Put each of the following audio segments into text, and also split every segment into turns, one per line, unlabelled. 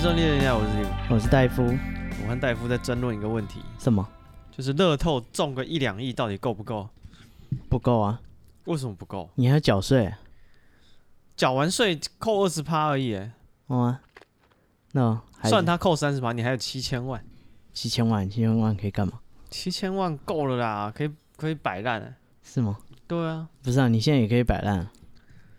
收听《人家》，我是李武
我是戴夫。
我和戴夫在争论一个问题，
什么
就是乐透中个一两亿到底够不够？
不够啊？
为什么不够？
你还要缴税？
缴完税扣二十趴而已，哎
哦、啊，那还
算他扣三十趴，你还有七千万，
七千万，七千万可以干嘛？
七千万够了啦，可以可以摆烂哎。
是吗？
对啊，
不是啊，你现在也可以摆烂啊，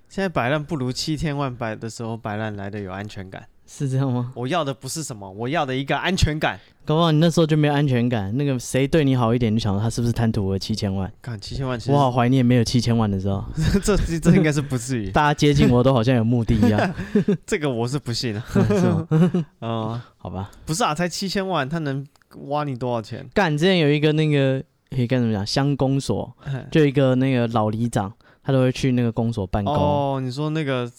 现在摆烂不如七千万摆的时候摆烂来的有安全感。
是这样吗？
我要的不是什么，我要的一个安全感。
搞不好你那时候就没有安全感，那个谁对你好一点，你就想说他是不是贪图我的七千万？
看七千万，其
我好怀念没有七千万的时候，
实 这这这应该是不至于，
大家接近我都好像有目的一样，
这个我是不信 啊。
是吗？
嗯，
好吧。
不是啊，才七千万，他能挖你多少 钱？
干，之前有一个那个，可以干什么讲？乡公所，就一个那个老里长，他都会去那个公所办公。
哦，你说那个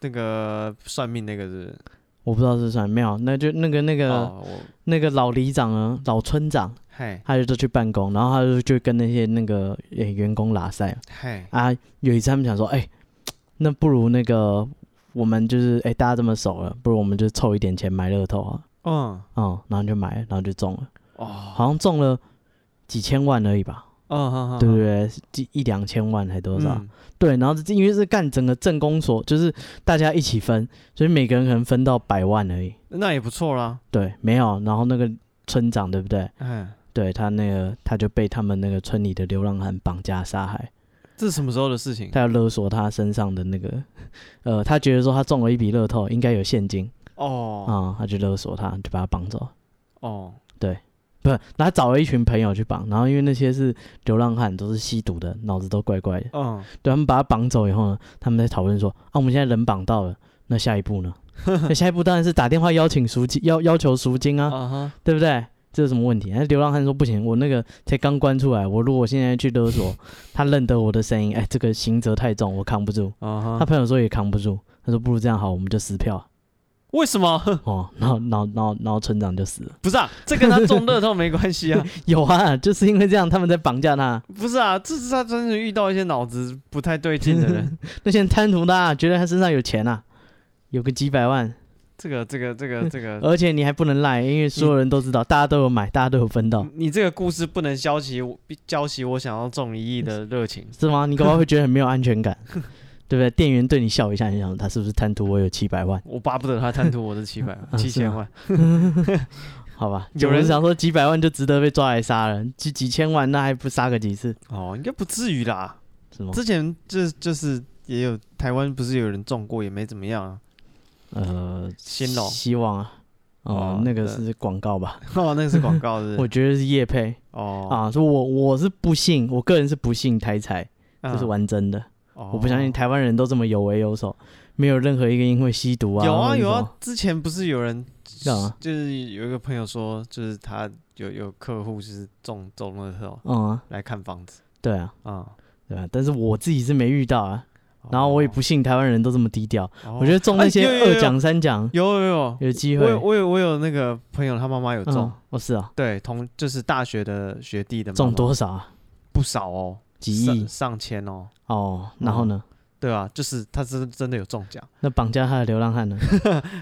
那个算命那个是不是？
我不知道是算没有，那就那个那个、
哦，我
那个老里长呢，老村长，
嘿
他就都去办公，然后他就就跟那些那个呃员工拉塞
嘿，
啊。有一次他们想说，哎、那不如那个我们就是哎、大家这么熟了，不如我们就凑一点钱买乐透啊，
嗯，
嗯，然后就买了，然后就中了，
哦，
好像中了几千万而已吧，
嗯哼哼，
对不
哼？
对？一一两千万还多少？
嗯
对，然后这因为是干整个政工所，就是大家一起分，所以每个人可能分到百万而已。
那也不错啦。
对，没有。然后那个村长对不对？
哎，
对他那个他就被他们那个村里的流浪汉绑架杀害，
这是什么时候的事情？
他要勒索他身上的那个， 呃，他觉得说他中了一笔乐透，应该有现金啊、
哦
他就勒索他，就把他绑走。
哦，
不是，他找了一群朋友去绑，然后因为那些是流浪汉，都是吸毒的，脑子都怪怪的。
嗯，
对他们把他绑走以后呢，他们在讨论说啊，我们现在人绑到了，那下一步呢？ 那下一步当然是打电话邀请赎金，要要求赎金啊，
啊哈，
对不对？这有什么问题？那哎流浪汉说不行，我那个才刚关出来，我如果现在去勒索，他认得我的声音，哎，这个刑责太重，我扛不住。
啊
他
哈，
朋友说也扛不住，他说不如这样好，我们就撕票
为什么？
哦，然后然后然后然后村长就死了。
不是啊，这跟他中乐透没关系 啊。
有啊，就是因为这样他们在绑架他，
不是啊，这是他真的遇到一些脑子不太对劲的人。
那些人贪图他、觉得他身上有钱啊，有个几百万，
这个这个这 个这个，
而且你还不能赖，因为所有人都知道，大家都有买，大家都有分到，
你这个故事不能消极我浇熄我想要中一亿的热情。
是吗？你搞不好会觉得很没有安全感，对不对？店员对你笑一下，你想他是不是贪图我有七百万？
我巴不得他贪图我的七 百
啊
万、七千万。
好吧，
有
有人
人
想说几百万就值得被抓来杀人，几几千万那还不杀个几次？
哦，应该不至于啦。
是吗？
之前就就是也有台湾不是有人中过，也没怎么样啊。
呃，
新龙
希望啊，哦
哦，
那个
对
是广告吧？
哦，那个是广告是不
我
是？
觉得是叶配
哦，
啊，说 我我是不信，我个人是不信台彩
嗯
啊这是玩真的，
哦
我不相信台湾人都这么有为有守，没有任何一个因为吸毒啊，
有啊
或者
有
什么
啊，，之前不是有人
这样啊
就是有一个朋友说，就是他有有客户就是中中了之后
嗯啊，
来看房子
对啊，
啊，
对啊，但是我自己是没遇到啊，然后我也不信台湾人都这么低调，
哦，
我觉得中那些
哎有有有
二奖三奖
有有有，
有机
我
会
有，我有我有那个朋友他妈妈有中
嗯，，哦是啊，
对同就是大学的学弟的妈妈
中多少啊？
不少哦，
几
上
亿
上千哦，
哦，然后呢？
对啊，就是他是真的有中奖，
那绑架他的流浪汉呢？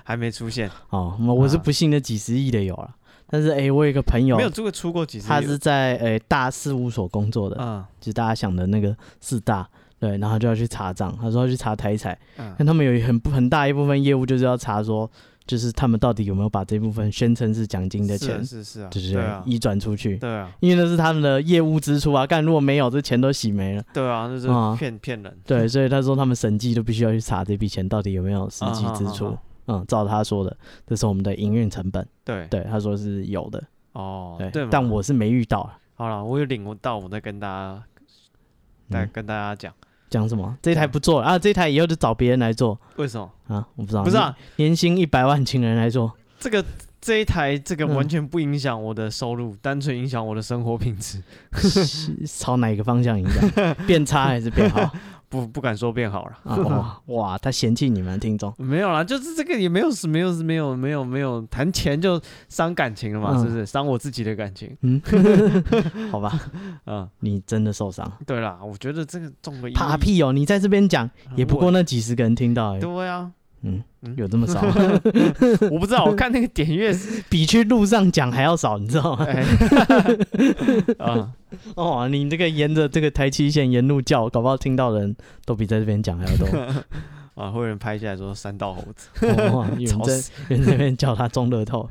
还没出现。
哦，那我是
啊
不信那几十亿的有了，但是哎、我有一个朋友
没，有出过出过几次，
他是在哎、大事务所工作的，
嗯
就是大家想的那个四大，对，然后就要去查账，他说要去查台彩，
嗯
但他们有一很不很大一部分业务就是要查说，就是他们到底有没有把这部分宣称是奖金的
是啊
钱，
是是啊，
就是
对啊
移转出去。
对啊
因为那是他们的业务支出啊，干如果没有，这钱都洗没了。
对啊，那
啊
是骗骗人。
对，所以他说他们审计都必须要去查这笔钱到底有没有实际
啊啊
支
啊
出
啊。
嗯，照他说的，这是我们的营运成本。
对
对，他说是有的。
哦
对，，
嘛
但我是没遇到啊。
好了，我有领悟到，我再跟大家再
嗯，
跟大家讲
讲什么？这台不做了啊，这台以后就找别人来做
为什么
啊。我不知道，
不是啊？
年，年薪一百万，请人 来做。
这个这一台这个
嗯
完全不影响我的收入，单纯影响我的生活品质，
朝哪一个方向影 响？变差还是变好？
不不敢说变好了。
啊，哇哇，他嫌弃你们听众。
没有啦，就是这个也没有什没有没有没有没有谈钱就伤感情了嘛，
嗯
是不是伤我自己的感情？
嗯，好吧，
嗯，
你真的受伤。
对啦，我觉得这个中个一亿
啪屁哦！你在这边讲，也不过那几十个人听到而已。
啊对啊，
嗯
嗯，
有这么少？
我不知道，我看那个点阅 是，
比去路上讲还要少，你知 道吗？
哎啊，
哦，你这个沿着这个台七线沿路叫，搞不好听到的人都比在这边讲还 要多。
啊，会有人拍下来说三道猴子，
哇，哦有人
吵
在
死
有人在那边叫他中乐 透，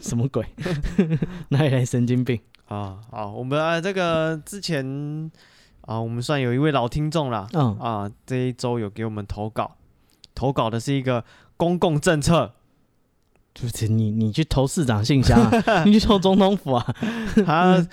什么鬼？ 哪里来神经病？
啊！好，我们啊这个之前啊，我们算有一位老听众啦，
嗯，
啊，这一周有给我们投稿，投稿的是一个公共政策，
就是你你去投市长信 箱啊，你去投总统府啊，
他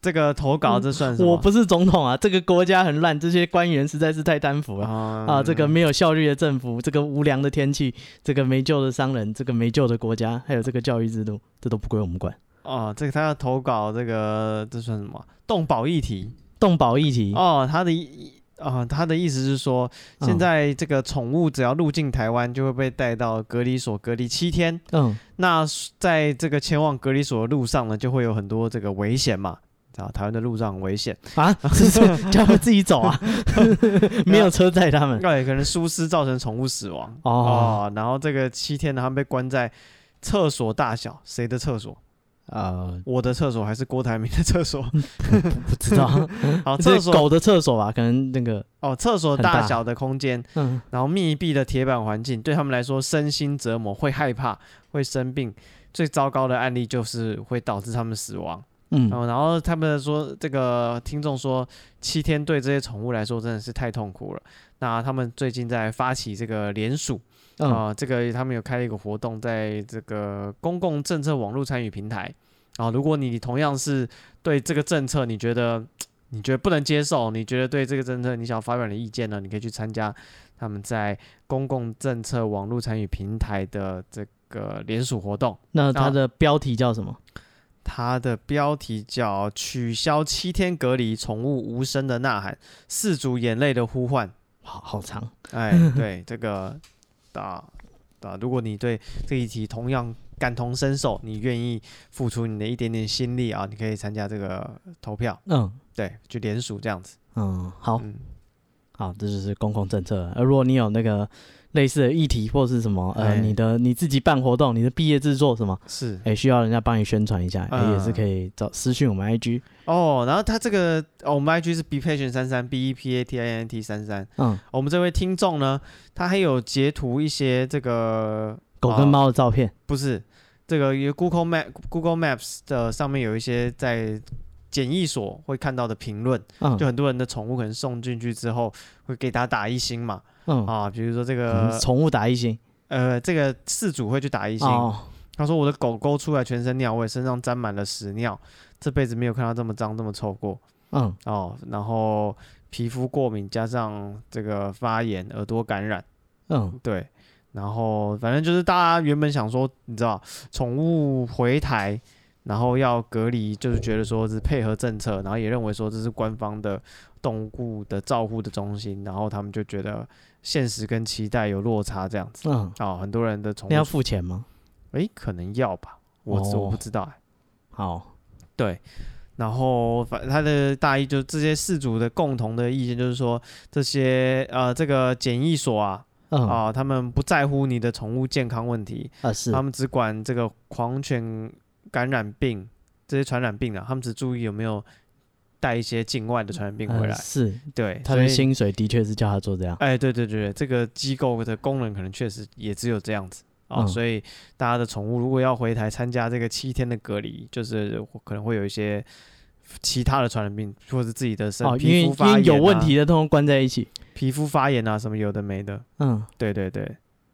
这个投稿这算什么？
我不是总统啊，这个国家很烂，这些官员实在是太贪腐了。
啊
啊，这个没有效率的政府，这个无良的天气，这个没救的商人，这个没救的国家，还有这个教育制度，这都不归我们管。
哦，这个他要投稿这个这算什么？动保议题
动保议题，
哦，他的意啊、他的意思是说，
嗯
现在这个宠物只要入境台湾，就会被带到隔离所隔离七天。
嗯，
那在这个前往隔离所的路上呢，就会有很多这个危险嘛。你知道台湾的路上很危险，
啊， 是是叫他们自己走 啊，没有车载他们。
那也可能疏失造成宠物死亡
哦
然后这个七天呢，他们被关在厕所大小，谁的厕所？
呃，
我的厕所还是郭台铭的厕所？
不知道，
好，厕
这
所
是狗的厕所吧？可能那个，
哦，厕所
很
大
大
小的空间，
嗯，
然后密闭的铁板环境，对他们来说身心折磨，会害怕，会生病。最糟糕的案例就是会导致他们死亡。
嗯，
哦，然后他们说，这个听众说，七天对这些宠物来说真的是太痛苦了。那他们最近在发起这个联署啊、
嗯，
这个他们有开了一个活动，在这个公共政策网络参与平台啊、如果你同样是对这个政策，你觉得你觉得不能接受，你觉得对这个政策你想发表你的意见呢，你可以去参加他们在公共政策网络参与平台的这个联署活动。
那它
啊
的标题叫什么？
它的标题叫“取消七天隔离，宠物无声的呐喊，饲主眼泪的呼唤
好好长，”。
哎，对这个啊啊，如果你对这一题同样感同身受，你愿意付出你的一点点心力啊，你可以参加这个投票，
嗯
对，去联署这样子。
嗯，好
嗯，
好，这就是公共政策。而如果你有那个类似的议题或是什么，呃，
哎
你的你自己办活动，你的毕业制作什么。
是
哎、需要人家帮你宣传一下，哎、
嗯
也是可以找私讯我们 IG，
哦，然后他这个哦，我们 IG 是 be patient 三三 b e p a t i n t 三三。哦
嗯，
我们这位听众呢，他还有截图一些这个
狗跟
猫。
猫的照片，
不是，这个有 Google Map Google Maps 的上面有一些在检疫所会看到的评论，就
嗯
很多人的宠物可能送进去之后会给它打一星嘛，
嗯，
啊，比如说这
可能
个
是宠物打一星，
呃这个饲主会去打一星，
哦，
他说我的狗狗出来全身尿味，身上沾满了屎尿，这辈子没有看到这么脏这么臭过
嗯，
哦，然后皮肤过敏加上这个发炎、耳朵感染。
嗯，
对，然后反正就是大家原本想说，你知道，宠物回台，然后要隔离，就是觉得说是配合政策，然后也认为说这是官方的动物的照护的中心，然后他们就觉得现实跟期待有落差这样子。
嗯，
哦，很多人的宠
那要
物，
付钱吗？
诶，可能要吧，我、我不
哦
知道、欸，
好，
对。然后，反他的大意就这些事主的共同的意见就是说，这些呃，这个检疫所啊，
嗯啊、
啊、他们不在乎你的宠物健康问题，
是，
他们只管这个狂犬感染病这些传染病啊，他们只注意有没有带一些境外的传染病回
呃
来。
是
对，
他
所
的
以
薪水的确是叫他做这样，
哎，对对对，对这个机构的功能可能确实也只有这样子啊、
嗯
所以大家的宠物如果要回台参加这个七天的隔离，就是可能会有一些其他的传染病，或者是自己的身、
哦，因为
皮肤发炎、啊、
因为有问题，的通通关在一起，
皮肤发炎啊什么有的没的。
嗯
对对对，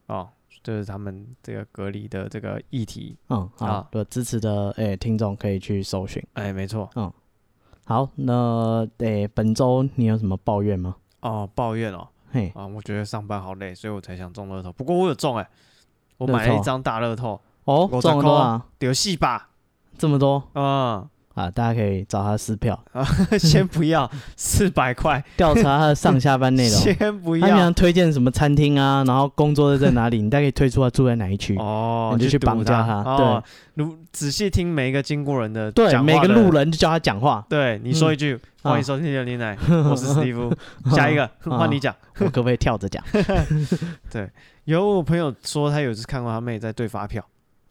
哦，这、是他们这个隔离的这个议题。
嗯，好
啊，
有支持的哎、听众可以去搜寻。
哎，没错。
好，那哎、本周你有什么抱怨吗？
哦，抱怨哦，
嘿，
啊，我觉得上班好累，所以我才想中乐透。不过我有中哎、我
乐
买了
透
一张大乐透，
哦，
50
中了多少？
有戏吧？
这么多
嗯，
啊、啊，大家可以找他撕票，
先不要四百块，
调查他的上下 班内 容。啊
先不
他平
要
常推荐什么餐厅啊，然后工作在哪里，你大概可以推出他住在哪一区。
哦，
你就去
堵
绑架
他。
他
哦，如仔细听每一个经过人的
对，
讲话
每个
的。
路，人就叫他讲话
对你说一句，欢迎
啊
收听《牛牛 奶》，我是史蒂夫。下一个换你讲。
我可不可以跳着讲？
有我朋友说，他有一次看过他妹在对发票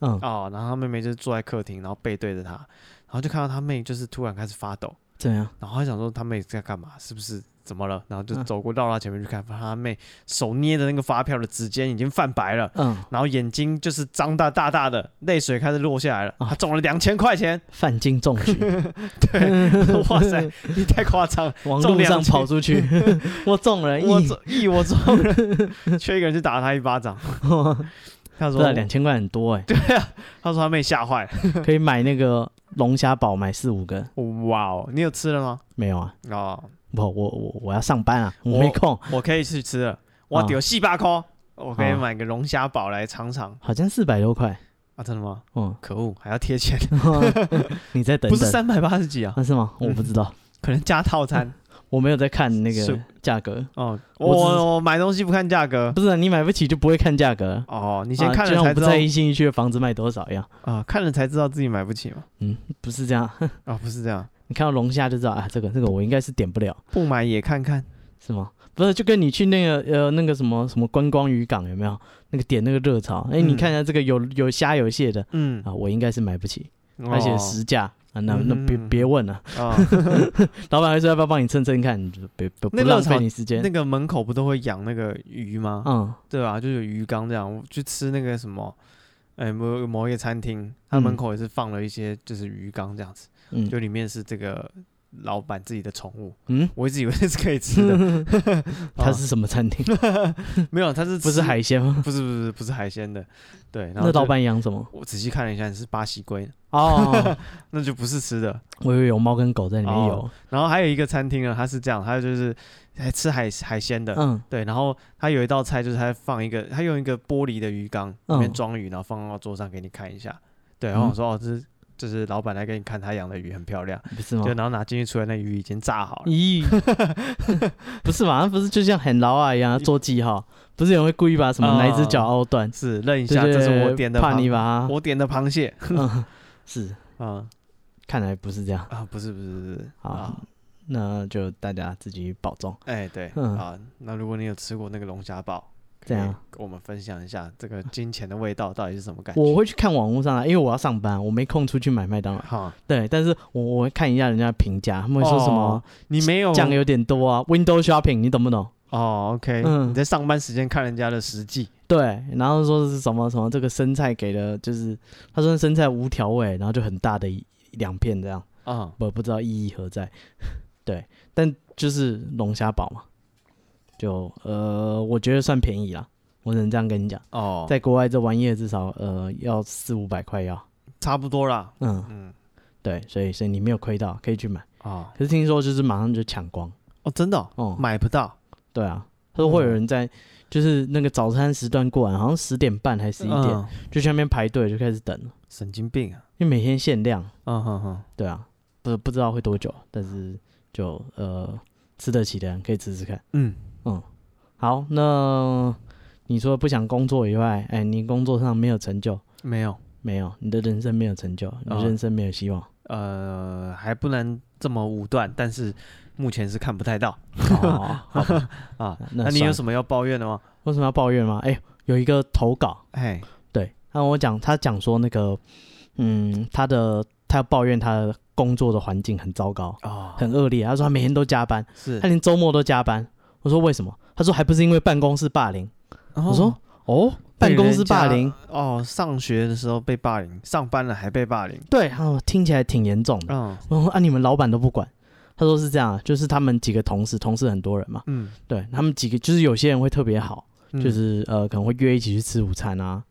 嗯，
哦，然后他妹妹就是坐在客厅，然后背对着他，然后就看到他妹就是突然开始发抖，
怎样？
然后他想说他妹在干嘛，是不是怎么了？然后就
嗯
走过绕到他前面去看，发现他妹手捏的那个发票的指尖已经泛白了。
嗯，
然后眼睛就是张大大大的，泪水开始落下来了。
啊
他中了两千块钱，
犯禁中举，
对，哇塞，你太夸张了！
往
中
路
两
上
千
跑出去， 我中 了，
我
一
中，一我中了，缺一个人去打他一巴掌。他说
对啊，两千块很多哎，
他说他妹吓坏了。
可以买那个龙虾堡，买四五个。
哇哦，你有吃了吗？
没有啊，
哦，
不，我我我要上班啊，我
我
没空。
我可以去吃了。我
啊
丢细巴扣，我可以
啊
买个龙虾堡来尝尝
好像四百多块，
啊！真的吗？，
嗯
可恶，还要贴钱，
你再等
不是
等，
三百八十几啊，
那是吗？我不知道，
可能加套餐
我没有在看那
是
个价格。
哦。我
我只是
我买东西不看价格
不是啊，你买不起就不会看价格。
哦，你先
啊
看
就
了
像
才
我
知
不
道
在意新一区的房子卖多少一样，
啊，看了才知道自己买不起嘛。
不是这样。
啊，不是这样，
你看到龙虾就知道啊，这个这个我应该是点不了，
不买也看看。
是吗？不是，就跟你去那个呃那个什么什么观光渔港有没有那个点那个热潮？哎、
嗯
你看一下这个有有虾有蟹的
嗯，哦
啊，我应该是买不起，而且实价啊，那那别
嗯
别问了，
啊，
老板会说要不要帮你称称看，你就别别不
那热
浪
炒
费你时间
那。个门口不都会养那个鱼吗？
嗯，
对吧？就有鱼缸这样，我去吃那个什么。哎，某某一个餐厅，它
嗯
门口也是放了一些就是鱼缸这样子，
嗯
就里面是这个老板自己的宠物。
嗯，
我一直以为是可以吃的， 哦
它是什么餐 厅？
没有，它是
不是
吃，
海鲜吗？
不是不是不是海鲜的，对。然后
那
就
老板养什么？
我仔细看了一下，是巴西龟，
哦，
那就不是吃的，
我以为有猫跟狗在里面有
哦。然后还有一个餐厅啊呢，它是这样，它就是还吃海海鲜的，
嗯
对。然后它有一道菜就是它放一个，它用一个玻璃的鱼缸里面
嗯
装鱼，然后放到桌上给你看一下。对，然后我说、哦，这是就是老板来给你看他养的鱼很漂亮，
不是吗
就？然后拿进去出来，那鱼已经炸好了。
咦， 不是嘛？那不是就像很老啊一样做记号？不是有人会故意把什么
啊
哪一只脚凹断？
是认一
对
下，
对
这是我
对
点的
怕你
螃，
把它
我点的螃蟹。
啊 嗯是，
啊、
看来不是这样。
啊，不是不是不是
好
啊，
那就大家自己保重。
哎、对、
嗯
啊，那如果你有吃过那个龙虾堡，
这样
可以跟我们分享一下这个金钱的味道到底是什么感觉？
我会去看网络上啊，因为我要上班，我没空出去买麦当劳。
哈，
对，但是我我会看一下人家的评价，他们会说什么
哦你没有
酱有点多啊，window shopping，你懂不懂？
哦，OK，、
嗯
你在上班时间看人家的实际，
对，然后说是什么什么这个生菜给的，就是他说生菜无调味，然后就很大的一两片这样，
啊、
我不知道意义何在。 对，但就是龙虾堡嘛，就呃，我觉得算便宜啦，我只能这样跟你讲，
哦，
在国外这玩意儿至少呃要四五百块要，
差不多啦，
嗯，
嗯，
对，所以所以你没有亏到，可以去买。
哦，
可是听说就是马上就抢光，
哦，真的哦、
哦、
买不到，
对啊，他说会有人在。就是那个早餐时段过完，好像十点半还是十一点，
嗯
就去那边排队，就开始等了。
神经病啊，
因为每天限量，
嗯哼哼，
对啊，不不知道会多久，但是就呃吃得起的人可以吃吃看。
嗯，
好，那你说不想工作以外，哎，你工作上没有成就，
没有，
没有，你的人生没有成就，你
哦
的人生没有希望。
呃，还不能这么武断，但是目前是看不太到
哦，好吧
啊。
那
那你有
算了
什么要抱怨的吗？
为什么要抱怨吗？哎，有一个投稿，
哎，
对，他跟我讲，他讲说那个，嗯，他的他抱怨他的工作的环境很糟糕，
哦，
很恶劣。他说他每天都加班，
是
他，连周末都加班。我说为什么？他说还不是因为办公室霸凌。我说哦，
被
办公
人
室霸
家
凌，
哦，上学的时候被霸凌，上班了还被霸凌，
对，他说听起来挺严重的。
嗯
我说啊，你们老板都不管。他说是这样啊，就是他们几个同事，同事很多人嘛，
嗯，
对他们几个，就是有些人会特别好，
嗯
就是呃可能会约一起去吃午餐啊，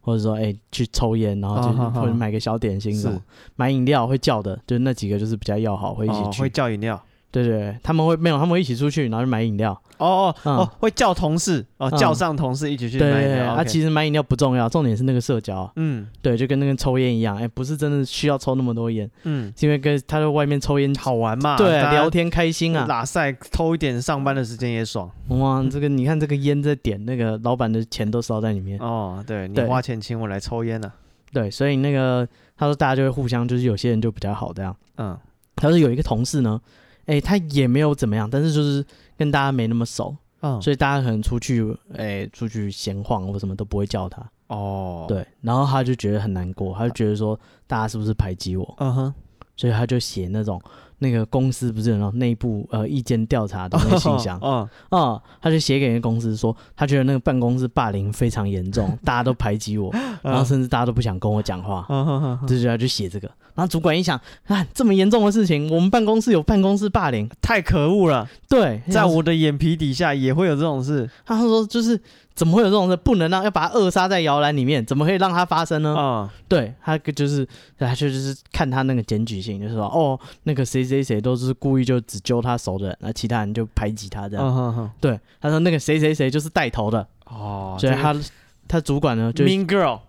或者说哎、去抽烟，然后就
啊
是、
哈哈
或者买个小点心什么
是，
买饮料会叫的，就是那几个就是比较要好会一起
哦
去，
会叫饮料，
对对对，他们会没有，他们会一起出去，然后去买饮料。
哦哦
嗯
哦，会叫同事哦，
嗯
叫上同事一起去
对对
买饮
对，
料。
啊，
OK
其实买饮料不重要，重点是那个社交啊。
嗯
对，就跟那个抽烟一样，哎，不是真的需要抽那么多烟，
嗯，
是因为跟他在外面抽烟，
好玩嘛，
对
大家
啊，聊天开心啊。
拉塞偷一点上班的时间也爽
哇，这个你看这个烟在点，那个老板的钱都烧在里面。
哦。对你
对
花钱请我来抽烟呢、啊
对，所以那个他说大家就会互相，就是有些人就比较好这样。
嗯
他说有一个同事呢，哎，他也没有怎么样，但是就是跟大家没那么熟，
嗯，
所以大家可能出去，哎，出去闲晃或什么都不会叫他。
哦，，
对，然后他就觉得很难过，他就觉得说大家是不是排挤我？
嗯哼，，
所以他就写那种那个公司不是有那种内部呃意见调查的那个信箱
嗯，
啊、他就写给那个公司说，他觉得那个办公室霸凌非常严 重，大家都排挤我，然后甚至大家都不想跟我讲话，
嗯哼哼哼
这就他就写这个。然后主管一想，啊，这么严重的事情，我们办公室有办公室霸凌，
太可恶了，
对，
在我的眼皮底下也会有这种事
他说就是怎么会有这种事，不能让要把他扼杀在摇篮里面，怎么可以让它发生呢？
啊、
对他就是他就就是看他那个检举性，就是说哦，那个谁谁谁都是故意就只揪他手的人，那其他人就排挤他这
嗯，
样。
嗯哼哼，
对，他说那个谁谁谁就是带头的，
哦，
所以
这个
他他主管呢就
Mean Girl，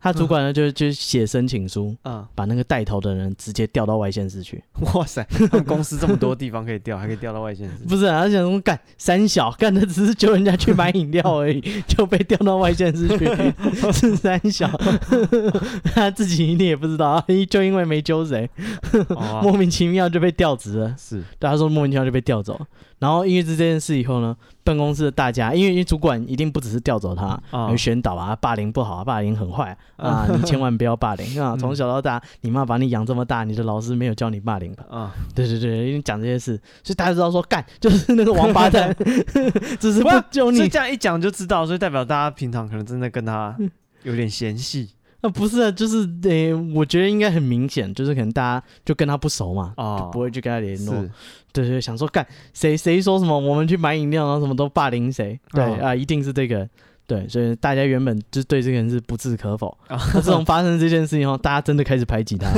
他主管呢就就写申请书，
嗯，
把那个带头的人直接调到外县市去。
哇塞，他们公司这么多地方可以调，还可以调到外县市，
不是、啊，他想说干三小干的只是揪人家去买饮料而已，就被调到外县市 去，是三小， 他自己一定也不知道，就因为没揪谁，
哦
莫名其妙就被调职了。
是，
对，他说莫名其妙就被调走。然后因为这件事以后呢，办公室的大家，因为因为主管一定不只是调走他，
啊
有宣导啊，霸凌不好啊，霸凌很坏啊，啊你千万不要霸凌啊！从小到大，你妈把你养这么大，你的老师没有教你霸凌吧？
啊，
对对对，因为讲这些事，所以大家知道说干就是那个王八 蛋，只是不救
所以
你。
这样一讲就知道，所以代表大家平常可能真的跟他
嗯
有点嫌隙
啊，不是、啊，就是诶、我觉得应该很明显，就是可能大家就跟他不熟嘛。
哦，
不会去跟他联络，
是，
对对，想说干谁谁说什么，我们去买饮料，然后什么都霸凌谁，对啊、
哦
一定是这个人，对，所以大家原本就对这个人是不置可 否。
啊
那自从发生这件事情后，大家真的开始排挤他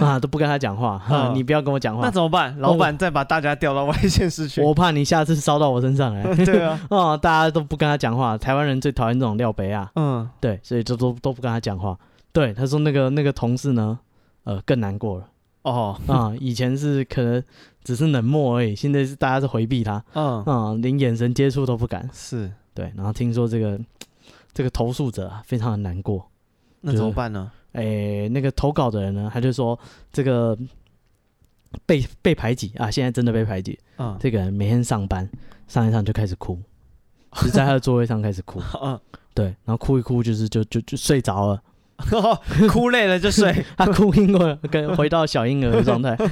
啊，都不跟他讲话，啊
嗯
你不要跟我讲
那
话，
怎么办？老板再把大家调到外县市去，
我怕你下次烧到我身上来。
哦对啊，
哦，大家都不跟他讲话，台湾人最讨厌这种廖北啊，
嗯，
对，所以就都都不跟他讲话。对，他说那个那个同事呢，呃，更难过了
哦，
啊、以前是可能只是冷漠而已，现在是大家是回避他，
嗯，
啊、连眼神接触都不敢。
是，
对，然后听说这个这个投诉者啊，非常的难过。
那怎么办呢？
诶，那个投稿的人呢，他就说这个被被排挤啊，现在真的被排挤。
嗯，
这个人每天上班上一上就开始哭，就在他的座位上开始哭。
嗯，
对，然后哭一哭就是就就就睡着了，
哭累了就 睡，
他哭晕过了，跟回到小婴儿的状态。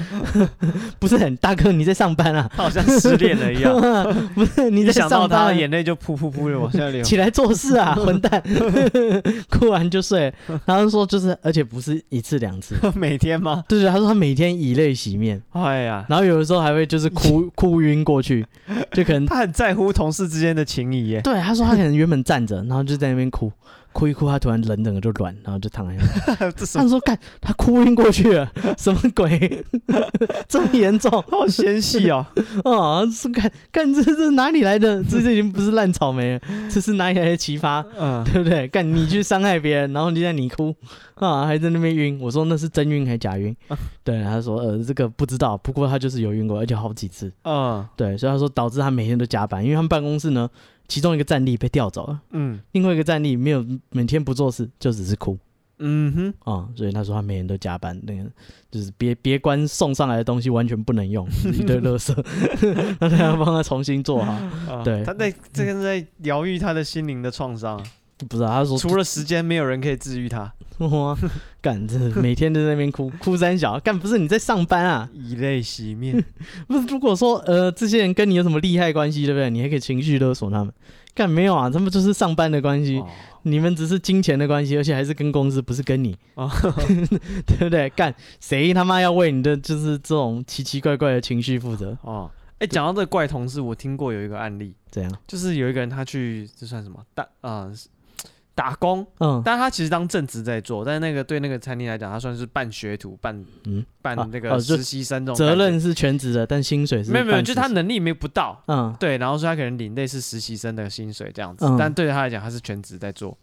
不是很大哥，你在上班啊？
他好像失恋了一样，
不是你
一
在
想
上
到
班、
他
啊？
眼泪就噗噗噗的往下流。
起来做事啊，混蛋！ 哭完就睡，然后说就是，而且不是一次两次，
每天吗？
对对，他说他每天以泪洗面，
哎呀，
然后有的时候还会就是哭哭晕过去，就可能
他很在乎同事之间的情谊耶。
对他说他可能原本站着，然后就在那边哭，哭一哭，他突然人整个就软，然后就躺在那 边。
这什
他
么
说干，他哭晕过去了，什么鬼？这么严重
好纤细哦？
啊？是干干这这哪里来的？这这已经不是烂草莓了，这是哪里来的奇葩？
嗯，
对不对？干你去伤害别人，然后你在你哭啊，还在那边晕。我说那是真晕还假晕？
啊
对，他说呃这个不知道，不过他就是有晕过，而且好几次。
嗯
对，所以他说导致他每天都加班，因为他们办公室呢，其中一个战力被调走了，
嗯
另外一个战力没有每天不做事，就只是哭
嗯哼，
啊、所以他说他每天都加班，那个就是别别官送上来的东西完全不能用，就是一堆垃圾， 那他要帮他重新做好。
啊
对
他在这个在疗愈他的心灵的创伤，
不是、啊，他说
除了时间，没有人可以治愈他，
哇，干，这每天都在那 边哭哭三小，干不是你在上班啊？
以泪洗 面。
不是，如果说呃这些人跟你有什么利害关系，对不对？你还可以情绪勒索他们，干没有啊？他们就是上班的关系，
哦
你们只是金钱的关系，而且还是跟公司，不是 跟你，
哦
对不对？干谁他妈要为你的就是这种奇奇怪怪的情绪负责？
哦，哎，讲到这个怪同事，我听过有一个案例，
怎样？
就是有一个人他去这算什么大啊、呃打工，
嗯，
但他其实当正职在做，但是那个对那个餐厅来讲，他算是半学徒、半
嗯
半
啊
那
哦
个
就
实习生这种
责
感觉
任是全职的，但薪水是
没有没有，
半
就是
职
他能力没不到，
嗯
对，然后说他可能领类似实习生的薪水这样子，
嗯
但对他来讲，他是全职在做。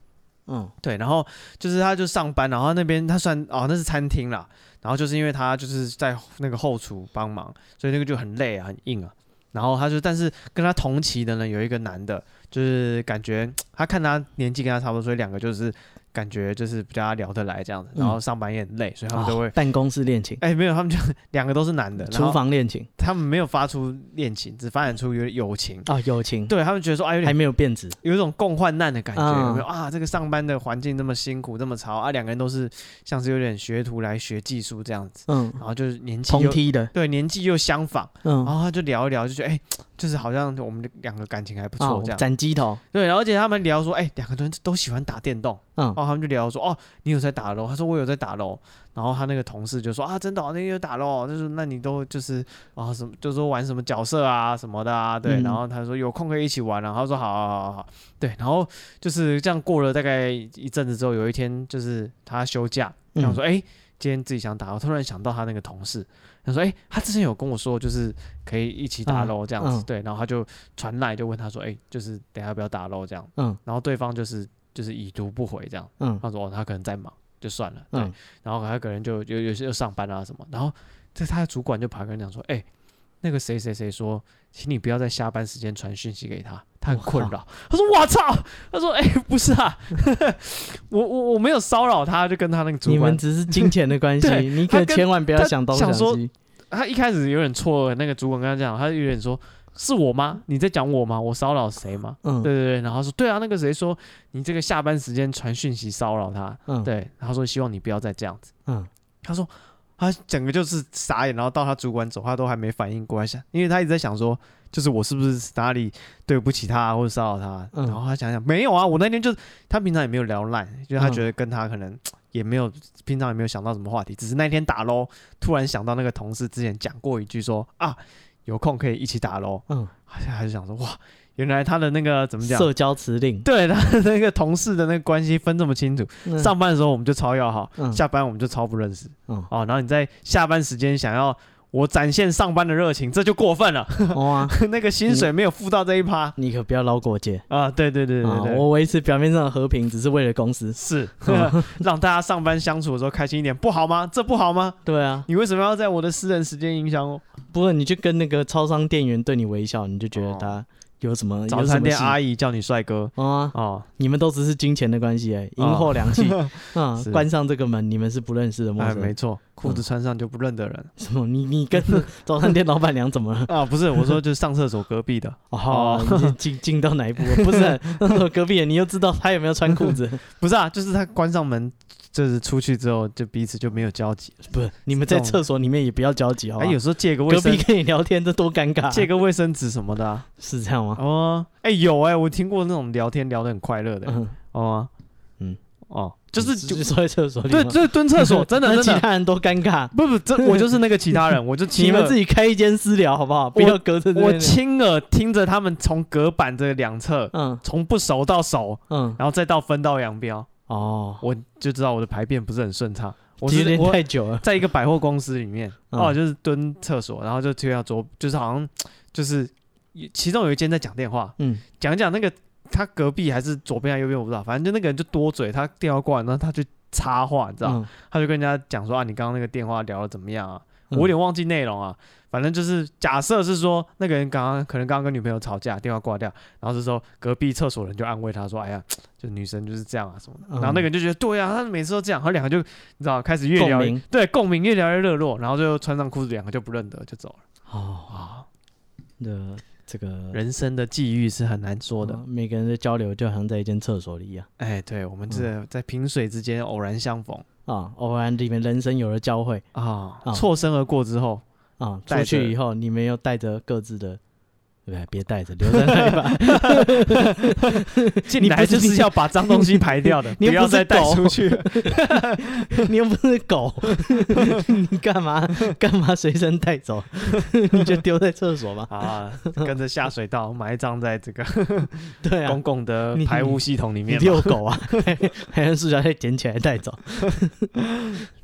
嗯
对，然后就是他就上班，然后那边他算哦那是餐厅啦，然后就是因为他就是在那个后厨帮忙，所以那个就很累啊，很硬啊。然后他就，但是跟他同期的呢有一个男的，就是感觉他看他年纪跟他差不多，所以两个就是感觉就是比较聊得来这样子，
嗯
然后上班也很累，所以他们都会
哦。办公室恋情，
哎、没有，他们就两个都是男的，然
厨
后
房恋情
他们没有发出恋情，只发展出有点哦友情。
啊，友情
对他们觉得说，哎、有点
还没有变质，
有一种共患难的感觉，
嗯
有没有啊？这个上班的环境这么辛苦，这么潮啊，两个人都是像是有点学徒来学技术这样子，
嗯，
然后就是年纪
同
又
梯的，
对年纪又相仿，
嗯，
然后他就聊一聊，就觉得哎、就是好像我们两个感情还不
啊
错这样。
斩鸡头，
对，然后而且他们聊说，哎、两个人都喜欢打电动，
嗯
哦，他们就聊说，哦，你有在打喽？他说我有在打喽。然后他那个同事就说啊，真的、哦，那你有打喽？就是那你都就是啊、什么，就说玩什么角色啊什么的啊，对。
嗯
然后他说有空可以一起玩、啊，然后他说好好好好好，对。然后就是这样过了大概一阵子之后，有一天就是他休假，
嗯
想说哎、今天自己想打，我突然想到他那个同事，他说哎、他之前有跟我说就是可以一起打
嗯
喽这样子，
嗯
对。然后他就传来就问他说，哎、就是等一下要不要打喽这样。
嗯
然后对方就是就是已读不回这样，
嗯
他说哦他可能在忙，就算了，对，
嗯，
然后他可能就有有些又上班啊什么，然后这他的主管就跑来跟他讲说，哎、那个谁谁谁说，请你不要在下班时间传讯息给他，他很
我靠
困扰。他说我操，他说哎、不是啊， 我我我没有骚扰他，就跟他那个主
你
管
们，只是金钱的关 系，
对
你
他
可
跟
千万不要
他
想东
想说
西，
他一开始有点错愕，那个主管跟他讲，他有点说是我吗？你在讲我吗？我骚扰谁吗？
嗯
对对对，然后他说对啊，那个谁说你这个下班时间传讯息骚扰他，
嗯
对，他说希望你不要再这样子。
嗯
他说他整个就是傻眼，然后到他主管走，他都还没反应过来，想，因为他一直在想说，就是我是不是哪里对不起他、啊或者骚扰他，
嗯
然后他想想没有啊，我那天就他平常也没有聊烂，就是
嗯
他觉得跟他可能。也没有，平常也没有想到什么话题，只是那天打咯，突然想到那个同事之前讲过一句说啊，有空可以一起打咯。
嗯，
他现在还是想说哇，原来他的那个怎么讲？
社交辞令，
对他的那个同事的那个关系分这么清楚，
嗯
上班的时候我们就超要好，
嗯
下班我们就超不认识。
嗯
哦，然后你在下班时间想要我展现上班的热情，这就过分了。
哇，
那个薪水没有付到这一趴
啊你可不要捞过界
啊！对对对对
啊！
对。
我维持表面上的和平，只是为了公司。
是
嗯
让大家上班相处的时候开心一点，不好吗？这不好吗？
对啊，
你为什么要在我的私人时间影响我？
不过你就跟那个超商店员对你微笑，你就觉得他有什么
哦早餐店阿
姨
姨叫你帅哥
啊？
哦，
你们都只是金钱的关系哎，银货 两讫啊！
是
关上这个门，你们是不认识的陌
哎，
生
没
人。
错，
嗯
裤子穿上就不认得人
什么？你你跟 早餐店老板娘怎么了？
啊！不是，我说就是上厕所隔壁 的，
哦，你是进进到哪一步了？不是，那 我隔壁人，你又知道他有没有穿 裤子？
不是啊，就是他关上门，就是出去之后就彼此就没有交集。
不是，你们在
这种
厕所里面也不要交集好
哎，
吧？
有时候借个卫
隔
生
壁，跟你聊天，这多尴尬！ 啊
借个卫生纸什么的啊、
是这样吗？
哦，哎、有哎、我听过那种聊天聊得很快乐的、
嗯，
哦，
嗯，
哦，就是就
就是坐在厕所里吗，
对，就是蹲厕 所，真的
那
真
其
的，
他人多尴尬。
不不，这我就是那 个其他人，我就
你
亲
们
耳
自，己开一间私聊好不好？不
我
要隔着这
我
边
亲耳听着他们从隔板这两侧，
嗯
从不熟到熟，
嗯
然后再到分道扬镳，
哦，
我就知道我的排便不是很顺畅。我
有
是
点
我
太久了。
在一个百货公司里面，
嗯
哦，就是蹲厕所，然后就听到桌，就是好像就是其中有一间在讲电话，
嗯
讲一讲那个他隔壁还是左边还是右边我不知道，反正就那个人就多嘴，他电话挂了，然后他去插话，你知道，
嗯
他就跟人家讲说啊，你刚刚那个电话聊的怎么样啊？
嗯
我有点忘记内容啊，反正就是假设是说那个人刚刚可能刚刚跟女朋友吵架，电话挂掉，然后这时候隔壁厕所人就安慰他说，哎呀，就女生就是这样啊什么的，
嗯
然后那个人就觉得对啊，他每次都这样，然后两个就你知道开始越
共
聊
鸣
对共鸣越聊越热络，然后最后穿上裤子两个就不认得就走了
哦，
啊，
那这个
人生的际遇是很难说的。
嗯每个人的交流就好像在一间厕所里一样
哎，对，我
嗯
们这在萍水之间偶然相逢
啊，偶然里面人生有了交汇
啊
啊，
错身而过之后，
啊，出
带着
去以后你们又带着各自的对，别带着，留在那里吧。
进来就
你不
是
是
要把脏东西排掉的，
你又
不要
不是
再带
狗
出 去。
你又不是狗， 你干嘛干嘛随身带走？ 你就丢在厕所吧。
啊，跟着下水道埋葬在这个
对啊
公，共的
你
排污系统里
你
面嘛。
遛狗啊，还 用塑胶袋捡起来带走，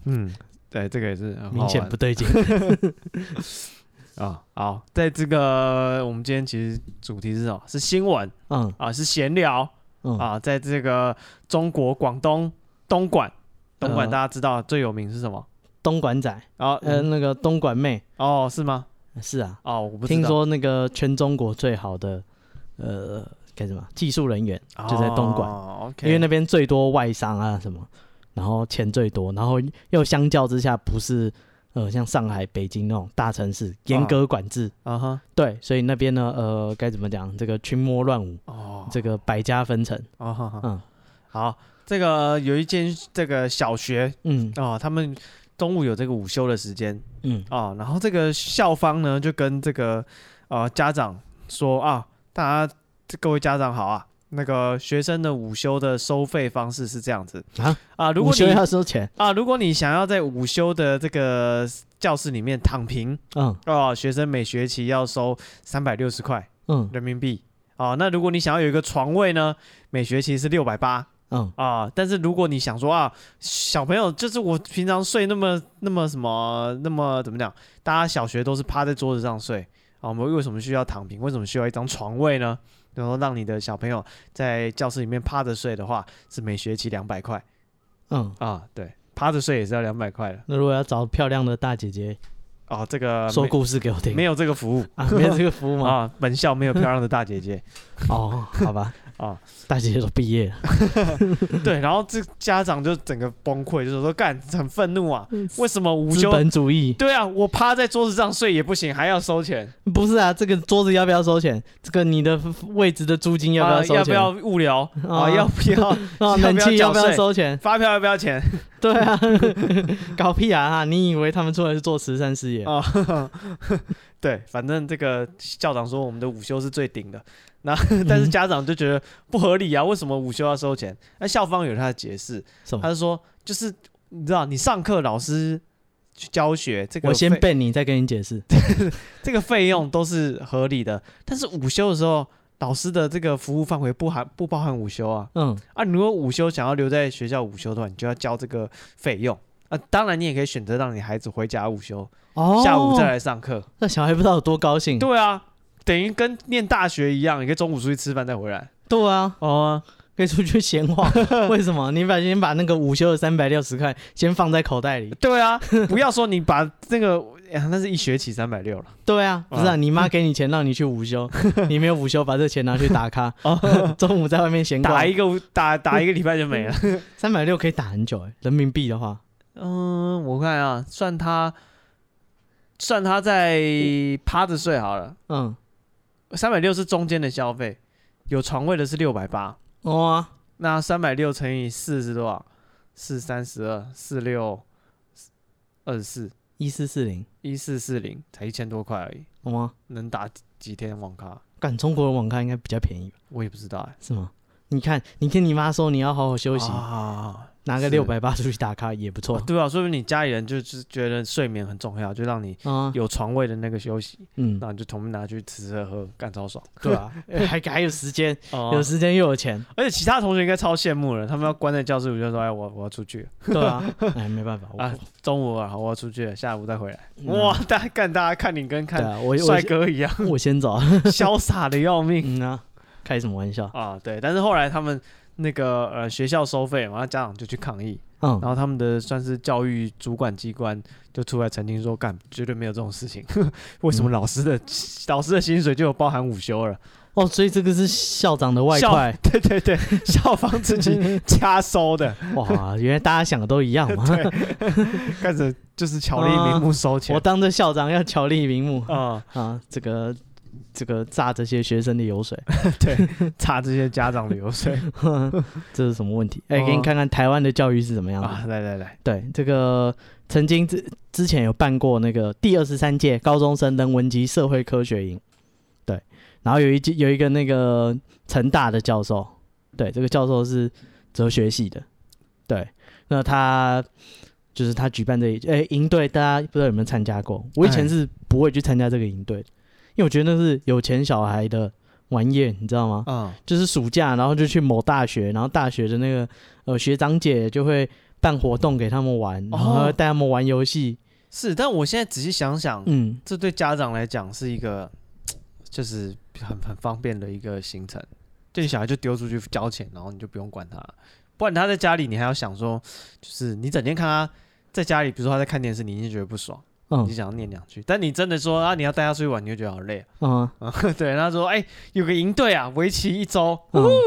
嗯，对，这个也是很好
明显
玩
不对劲。
啊。好，在这个我们今天其实主题是什么？是新闻
嗯
啊，是闲聊
嗯，
啊。在这个中国广东东莞，东莞
呃
大家知道最有名是什么？
东莞仔，
啊，
呃，
嗯
那个东莞妹，
哦，是吗？
是啊，
哦，我不知道
听说那个全中国最好的，呃，该什么技术人员就在东莞，
哦，OK，
因为那边最多外商啊什么，然后钱最多，然后又相较之下不是呃像上海、北京那种大城市严格管制，
啊哈，
对，所以那边呢呃该怎么讲，这个群魔乱舞，
哦，
这个百家纷呈，
哦，好好
嗯
好，这个呃有一间这个小学
嗯
哦，他们中午有这个午休的时间
嗯
哦，然后这个校方呢就跟这个呃家长说啊，大家这各位家长好啊，那个学生的午休的收费方式是这样子
啊
啊，如果
午休
你
要收钱，
啊如果你想要在午休的这个教室里面躺平
嗯
哦，学生每学期要收三百六十块
嗯
人民币哦，那如果你想要有一个床位呢，每学期是六百八。
嗯
啊，但是如果你想说啊，小朋友就是我平常睡那么那么什么那么怎么讲，大家小学都是趴在桌子上睡啊，我们为什么需要躺平？为什么需要一张床位呢？然后让你的小朋友在教室里面趴着睡的话，是每学期两百块
嗯，
啊，对，趴着睡也是要两百块的
那如果要找漂亮的大姐姐
哦，这个
说
没
故事给我听，
没有这个服务
啊，没有这 个服务吗？
啊，本校没有漂亮的大姐姐。
哦，好吧，
啊，
大姐姐都毕业了，
对，然后这家长就整个崩溃，就是说干很愤怒啊，为什么 午
嗯资
休
本主义
对啊，我趴在桌子上睡也不行，还要收钱，
不是啊，这个桌子要不要收钱？这个你的位置的租金要不
啊
要收
要不
钱？
要物流啊？
啊
要不 要
啊，
要不
冷
要
气要
缴
不要
税
收钱？
发票？要不要钱？
对 啊，搞屁啊哈！你以为他们出来是做慈善事业？
啊， 对，反正这个校长说我们的午休是最顶的，那 但是家长就觉得不合理啊，为什么午休要收钱？那校方有他的解释，
什
他
么？
就说就是你知道，你上课老师去教学这个
我先
费
背你，再跟你解释。
这个费用都是合理的，但是午休的时候。老师的这个服务范围不含不包含午休啊，
嗯
啊，你如果午休想要留在学校午休的话，你就要交这个费用啊。当然，你也可以选择让你孩子回家午休，
哦，嗯
下午再来上课。
那小孩不知道有多高兴。
对啊，等于跟念大学一样，你可以中午出去吃饭再回来。
对啊，
哦、
可以出去 闲晃。为什么？你把先把那个午休的三百六十块先放在口袋里。
对啊，不要说你把那个，哎那是一学期三百六了。
对啊，不是啊，
啊
你妈给你钱让你去 午休，你没有午休，把这钱拿去打卡， 中午在外面闲
哦打
逛
一。个打打一个礼拜就没了。
三百六可以打很久、欸，人民币的话，
嗯，我看啊，算他算他在趴着睡好了，
嗯，
三百六是中间的消费，有床位的是六百八。
哦啊、
那三百六乘以四是多少？四三十二，四六二十四，
一四四零，
一四四零，才一千多块而已，
哦啊、
能打几几天网咖？
干中国的网咖应该比较便宜吧？
我也不知道哎、
是吗？你看，你跟你妈说你要好好休息，
啊，
拿个
是
六百八出去打卡也不错
哦对啊，说明你家里人就是觉得睡眠很重要，就让你
啊。
有床位的那个休息，
嗯，
那你就全部拿去吃吃喝喝，干超爽。
对啊， 还还有时间，
哦
有时间又有钱，
而且其他同学应该超羡慕了，他们要关在教室里就说：“哎，我我要出去了，
对啊，哎，没办法，我
啊中午啊，我要出去了，下午再回来。
嗯
哇，大家干，大家看你跟
对
看
啊，我
帅哥一样，
我我先走，
潇洒的要命。
嗯啊，开什么玩笑？
啊，对，但是后来他们那个呃学校收费嘛，然后家长就去抗议，
嗯
然，后他们的算是教育主管机关就出来澄清说，干绝对没有这种事情， 为什么
嗯
老师的、老师的薪水就有包含午休了？
哦，所以这个是校长的外
校
快，
对对对，校方自 己加收的，
哇，原来大家想的都一样 嘛。
开始就是巧立名目收钱
我当着校长要巧立名目
啊、
啊，这个这个榨这些学生的油水，
对，差这些家长的油水
这是什么问题？哎、
哦
给你看看台湾的教育是怎么样的。
啊！来来来，
对，这个曾经之之前有办过那个第二十三届高中生人文及社会科学营，对，然后有一届有一个那个成大的教授，对，这个教授是哲学系的，对，那他就是他举办这一诶营队，大家不知道有没有参加过？我以前
哎
是不会去参加这个营队的，因为我觉得那是有钱小孩的玩意儿，你知道吗？
嗯，
就是暑假，然后就去某大学，然后大学的那个呃学长姐就会办活动给他们玩，然后
哦
还会带他们玩游戏，
是，但我现在仔细想想，
嗯，
这对家长来讲是一个就是很很方便的一个行程，就你小孩就丢出去交钱，然后你就不用管他了，不然他在家里你还要想说，就是你整天看他在家里，比如说他在看电视，你已经觉得不爽，你就
嗯
想要念两句，但你真的说啊你要带他出去玩，你就觉得好累、
嗯
啊。 对，他说哎、有个营队啊，为期一周，
嗯，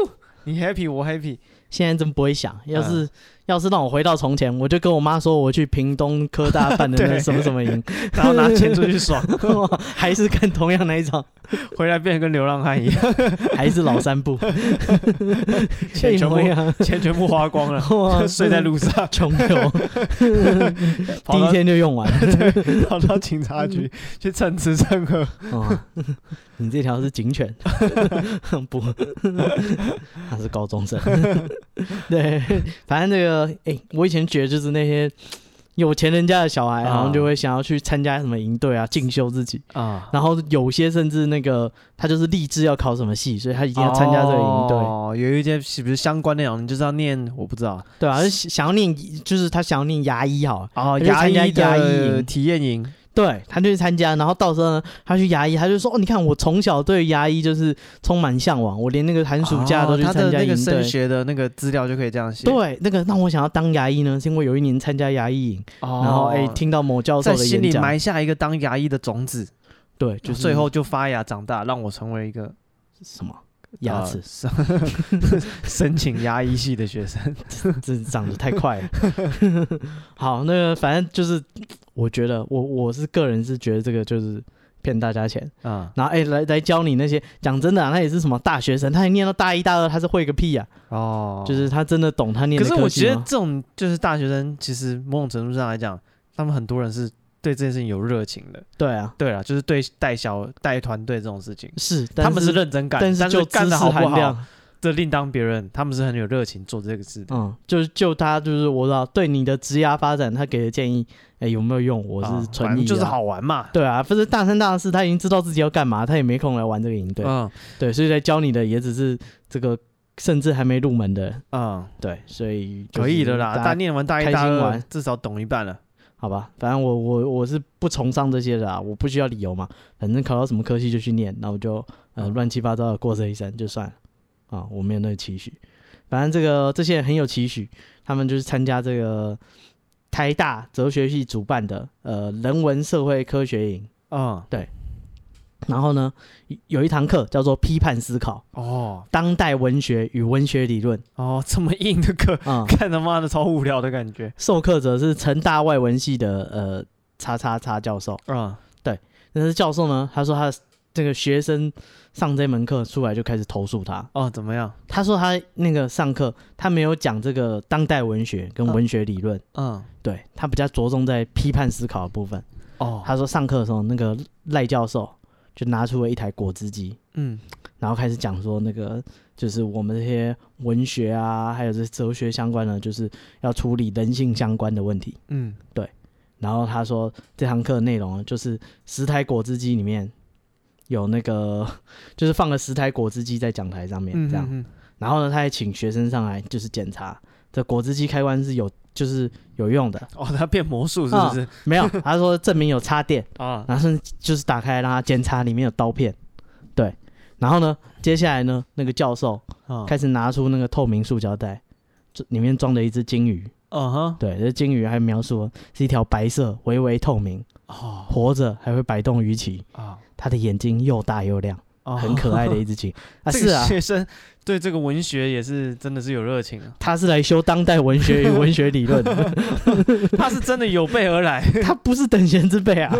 你 happy 我 happy，
现在真不会想，要是、要是让我回到从前，我就跟我妈说我去屏东科大办 的那
对
什么什么营，
然后拿钱出去爽，
还是看同样那一场，
回来变得跟流浪汉一样，
还是老三部，
钱
一
全部
模一样，。
钱全部花光了
哇
睡在路上，
穷游，
跑
第一
到
天就用完。
对，跑到警察局
嗯
去蹭吃蹭喝。
哦， 你这条是警犬，不， 他是高中生。 对，反正这个，哎、我以前觉得就是那些有钱人家的小孩，好像就会想要去参加什么营队啊，进修自己。
啊，
然后有些甚至那个他就是立志要考什么系，所以他一定要参加这个营队，
哦，有一些是不是相关内容，你就是要念，我不知道
对啊，就想要念，就是他想要念牙医好了，
哦
他就参加牙医
的
营
体验营
对他就去参加，然后到时候呢，他去牙医，他就说哦，你看我从小对牙医就是充满向往，我连那个寒暑假都
哦
去
他的
参加
那
营
个升
队。
学的那个资料就可以这样写。，
对，那个让我想要当牙医呢，是因为有一年参加牙医营，然
然
后哎、听到某教授
哦在
的
心
演
里
讲，嗯
埋下一个当牙医的种子，
对，
就
就是
最后就发芽长大，让我成为一个
什么牙齿
呃 申请牙医系的学 生。
真的长得太 快了。 好，那个反正就是，我觉得我我是个人是觉得这个就是骗大家钱，
嗯，
然后哎、来来教你那些，讲真的、啊，他也是什么大学生，他也念到大一大二，他是会个屁啊呀、
哦，
就是他真的懂他念
可
的
是我
科系
觉得
吗？
这种就是大学生，其实某种程度上来讲，他们很多人是对这件事情有热情的。
对啊，
对啦，就是对带小带团队这种事情，
是，
他
但
们是认真干，
但
是
就
干
知识
的好不
含
好，
量，
这另当别论。他们是很有热情做这个事的。
嗯，就是就他就是我知道对你的职涯发展，他给的建议，哎、有没有用？我
啊
是
反
存疑、
正就是。好玩嘛。
对啊，不是大三大四，他已经知道自己要干嘛，他也没空来玩这个营队。
嗯
对，所以来教你的也只是这个，甚至还没入门的。
嗯，
对，所以就是
可以的啦。
大
大念完大一、大
开心
二
玩，
至少懂一半了。
好吧，反正我我我是不崇尚这些的啊，我不需要理由嘛，反正考到什么科系就去念，那我就呃
嗯
乱七八糟的过这一生就算了啊，我没有那个期许。反正这个这些人很有期许，他们就是参加这个台大哲学系主办的呃人文社会科学营，
嗯
然后呢有一堂课叫做批判思考、
哦
当代文学与文学理论
哦，这么硬的课，
啊。
看他妈的超无聊的感觉。
授课者是成大外文系的呃叉叉叉教授，
嗯
但是教授呢，他说他这个学生上这门课出来就开始投诉他，
哦，怎么样？
他说他那个上课他没有讲这个当代文学跟文学理论，
嗯
对他比较着重在批判思考的部分。
哦，
他说上课的时候，那个赖教授就拿出了一台果汁机，
嗯
然后开始讲说那个就是我们这些文学啊，还有这哲学相关的，就是要处理人性相关的问题。
嗯
然后他说这堂课的内容就是十台果汁机里面有那个， 就是放了十台果汁机在讲台上面
嗯，
这样。
嗯
然后呢，他还请学生上来就是检查这果汁机开关是有就是有用的，
哦，他变魔术是不是？
没有？ 他说证明有插电，
啊
然后甚至就是打开让他检查里面有刀片，对。然后呢，接下来呢，那个教授
啊，
开始拿出那个透明塑胶袋，这里面装着一只金鱼，
嗯哼，
对，这金鱼还描述是一条白色、微微透明。
哦
活着还会摆动鱼鳍，
啊，
它的眼睛又大又亮，
哦
很可爱的一 只鲸啊！
这
是
个
啊，
学生对这个文学也是真的是有热情啊，
他是来修当代文学与文学理 论的，
他是真的有备而来，
他不是等闲之辈啊！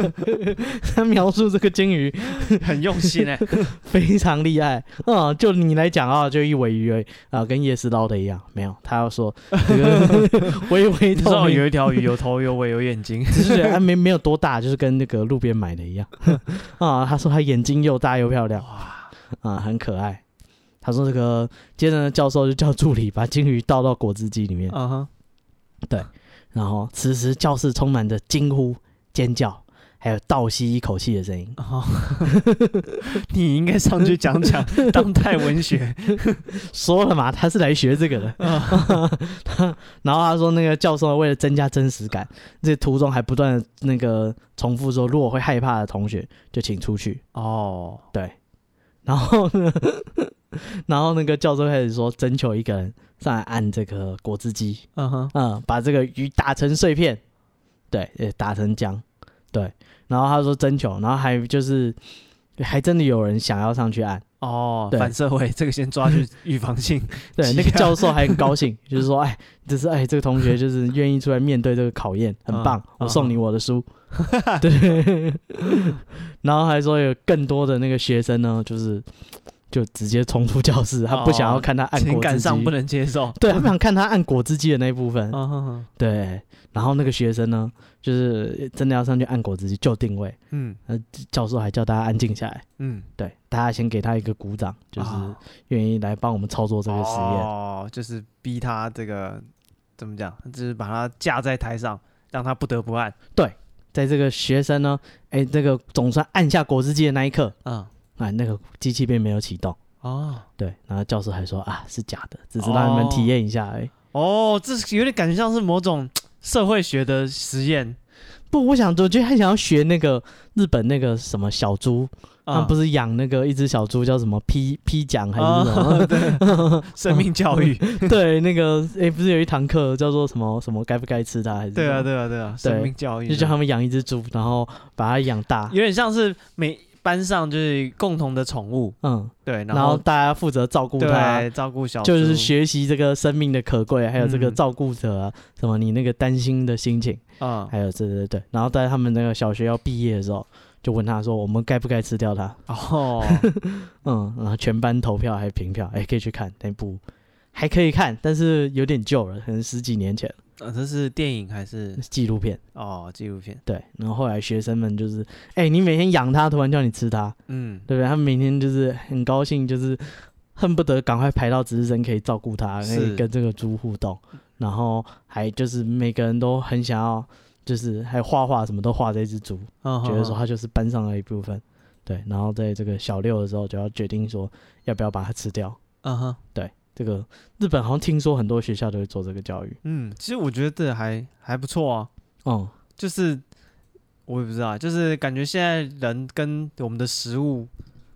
他描述这个鲸鱼
很用心哎、
非常厉害啊、就你来讲啊，就一尾鱼而已啊、跟夜市捞的一样，没有，他要说这个 微微
你知道
透
有
明，
一条鱼有头有尾有眼 睛，
只是觉得它哎没 没有多大，就是跟那个路边买的一样啊、他说他眼睛又大又漂亮，
哇，
啊、很可爱。他说这个，接着呢，教授就叫助理把金鱼倒到果汁机 里面，
嗯哼，
然后此时教室充满着惊呼、尖叫，还有倒吸一口气的声音。
哦， 你应该上去讲 讲当代文学，
说了嘛，他是来学这个的。然后他说，那个教授为了增加真实感，这途中还不断的那个重复说，如果会害怕的同学就请出去。
哦，
然后呢，然后那个教授开始说，征求一个人上来按这个果汁机，
嗯哼，
嗯，把这个鱼打成碎片，对，呃，打成浆，对。然后他说征求，然后还就是还真的有人想要上去按。
哦，
对
反社会，这个先抓去预防性，
对，那
急
个
啊
教授还很高兴，就是说，哎，就是哎，这个同学就是愿意出来面对这个考验，很
嗯
棒，我送你
嗯
我的书。 对， 然后还说有更多的那个学生呢，就是就直接冲出教室，他不想要
哦
看他按
情
果
感
汁
上
机
不，能接受，
对他不想看他按果汁机的那一部分。
嗯哼哼，
对，然后那个学生呢，就是真的要上去按果汁机就定位，
嗯
教授还叫大家安静下来。
嗯，
对，大家先给他一个鼓掌，就是
啊
愿意来帮我们操作这个实验。
哦，就是逼他这个怎么讲，就是把他架在台上，让他不得不按，
在这个学生呢，哎，这个总算按下果汁机的那一刻，
嗯，
啊，那个机器并没有启动。
哦。
对，然后教授还说啊，是假的，只是让你们体验一下而已。
哦，这是有点感觉像是某种社会学的实验
不，我想，我觉得他想要学那个日本那个什么小猪，他
啊，
嗯 们不
是
是养那个一只小猪叫什么 P P 奖还
啊
是什么？
生命教育。
对，那个哎，不是有一堂课叫做什么什么该不该吃它？还是
对啊，
什么，
对啊，对啊，生命教育
就叫他们养一只猪，然后把它养大。
有点像是每班上就是共同的宠物，
嗯，
对，然
然后大家负责照顾它，
对照顾小猪，
就是学习这个生命的可贵，还有这个
嗯
照顾者、啊什么你那个担心的心情，
啊
还有对对对。然后在他们那个小学要毕业的时候，就问他说我们该不该吃掉它？
哦，
嗯，然后全班投票还平票，哎，可以去看那部，还可以看，但是有点旧了，可能十几年前了
呃这是电影还是
纪录片。
哦纪录片？
对，然后后来学生们就是，哎，你每天养它，突然叫你吃它，
嗯，
对不对？他们每天就是很高兴，就是恨不得赶快排到值日生可以照顾他，可
是
以跟这个猪互动，然后还就是每个人都很想要，就是还画画什么都画这只猪，觉
觉
得说它就是班上的一部分。对，然后在这个小六的时候就要决定说要不要把它吃掉。
嗯哼，
对，这个日本好像听说很多学校都会做这个教育。
嗯，其实我觉得这还还不错啊，
嗯，
就是我也不知道，就是感觉现在人跟我们的食物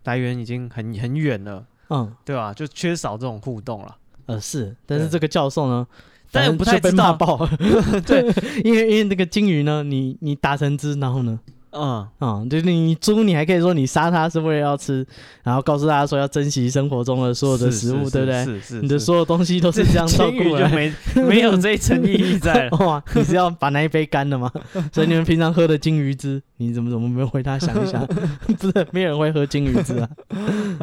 来源已经很很远了，
嗯，
对吧、就缺少这种互动了。
呃是，但是
对
这个教授呢，
但
反正
不太
就被
知
骂
道
爆 了。
对，
因为因为那个金鱼呢，你你打成汁，然后呢，
嗯，
啊、就是你猪，你还可以说你杀它是为了要吃，然后告诉大家说要珍惜生活中的所有的
是
食物，
是
对不对？
是是，
你的
是
所有东西都是这样照
金鱼
顾
就
来。
没没有这一层意义在 了。
哇，你是要把那一杯干了吗？所以你们平常喝的金鱼汁，你怎么怎么没有回答想一想？不是，没有人会喝金鱼汁啊。 嗯，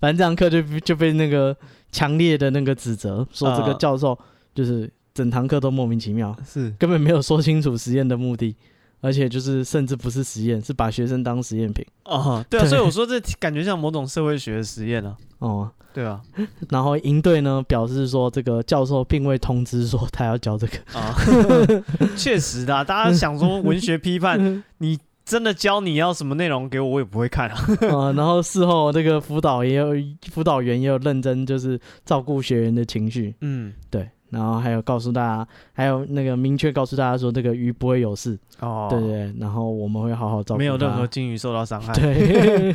反正这堂课就就被那个强烈的那个指责，说这个
嗯
教授就是整堂课都莫名其妙，
是
根本没有说清楚实验的目的，而且就是甚至不是实验，是把学生当实验品。
哦，对啊，
对
所以我说这感觉像某种社会学的实验啊。
哦、
对啊，
然后营队呢表示说，这个教授并未通知说他要教这个。
啊，确实的啊、大家想说文学批 判，你真的教你要什么内容给我，我也不会看啊。
啊、然后事后这个辅导也有辅导员也有认真就是照顾学员的情绪，
嗯，
对，然后还有告诉大家，还有那个明确告诉大家说这个鱼不会有事，
哦，
对对，对，然后我们会好好照顾，
没有任何金鱼受到伤害。
对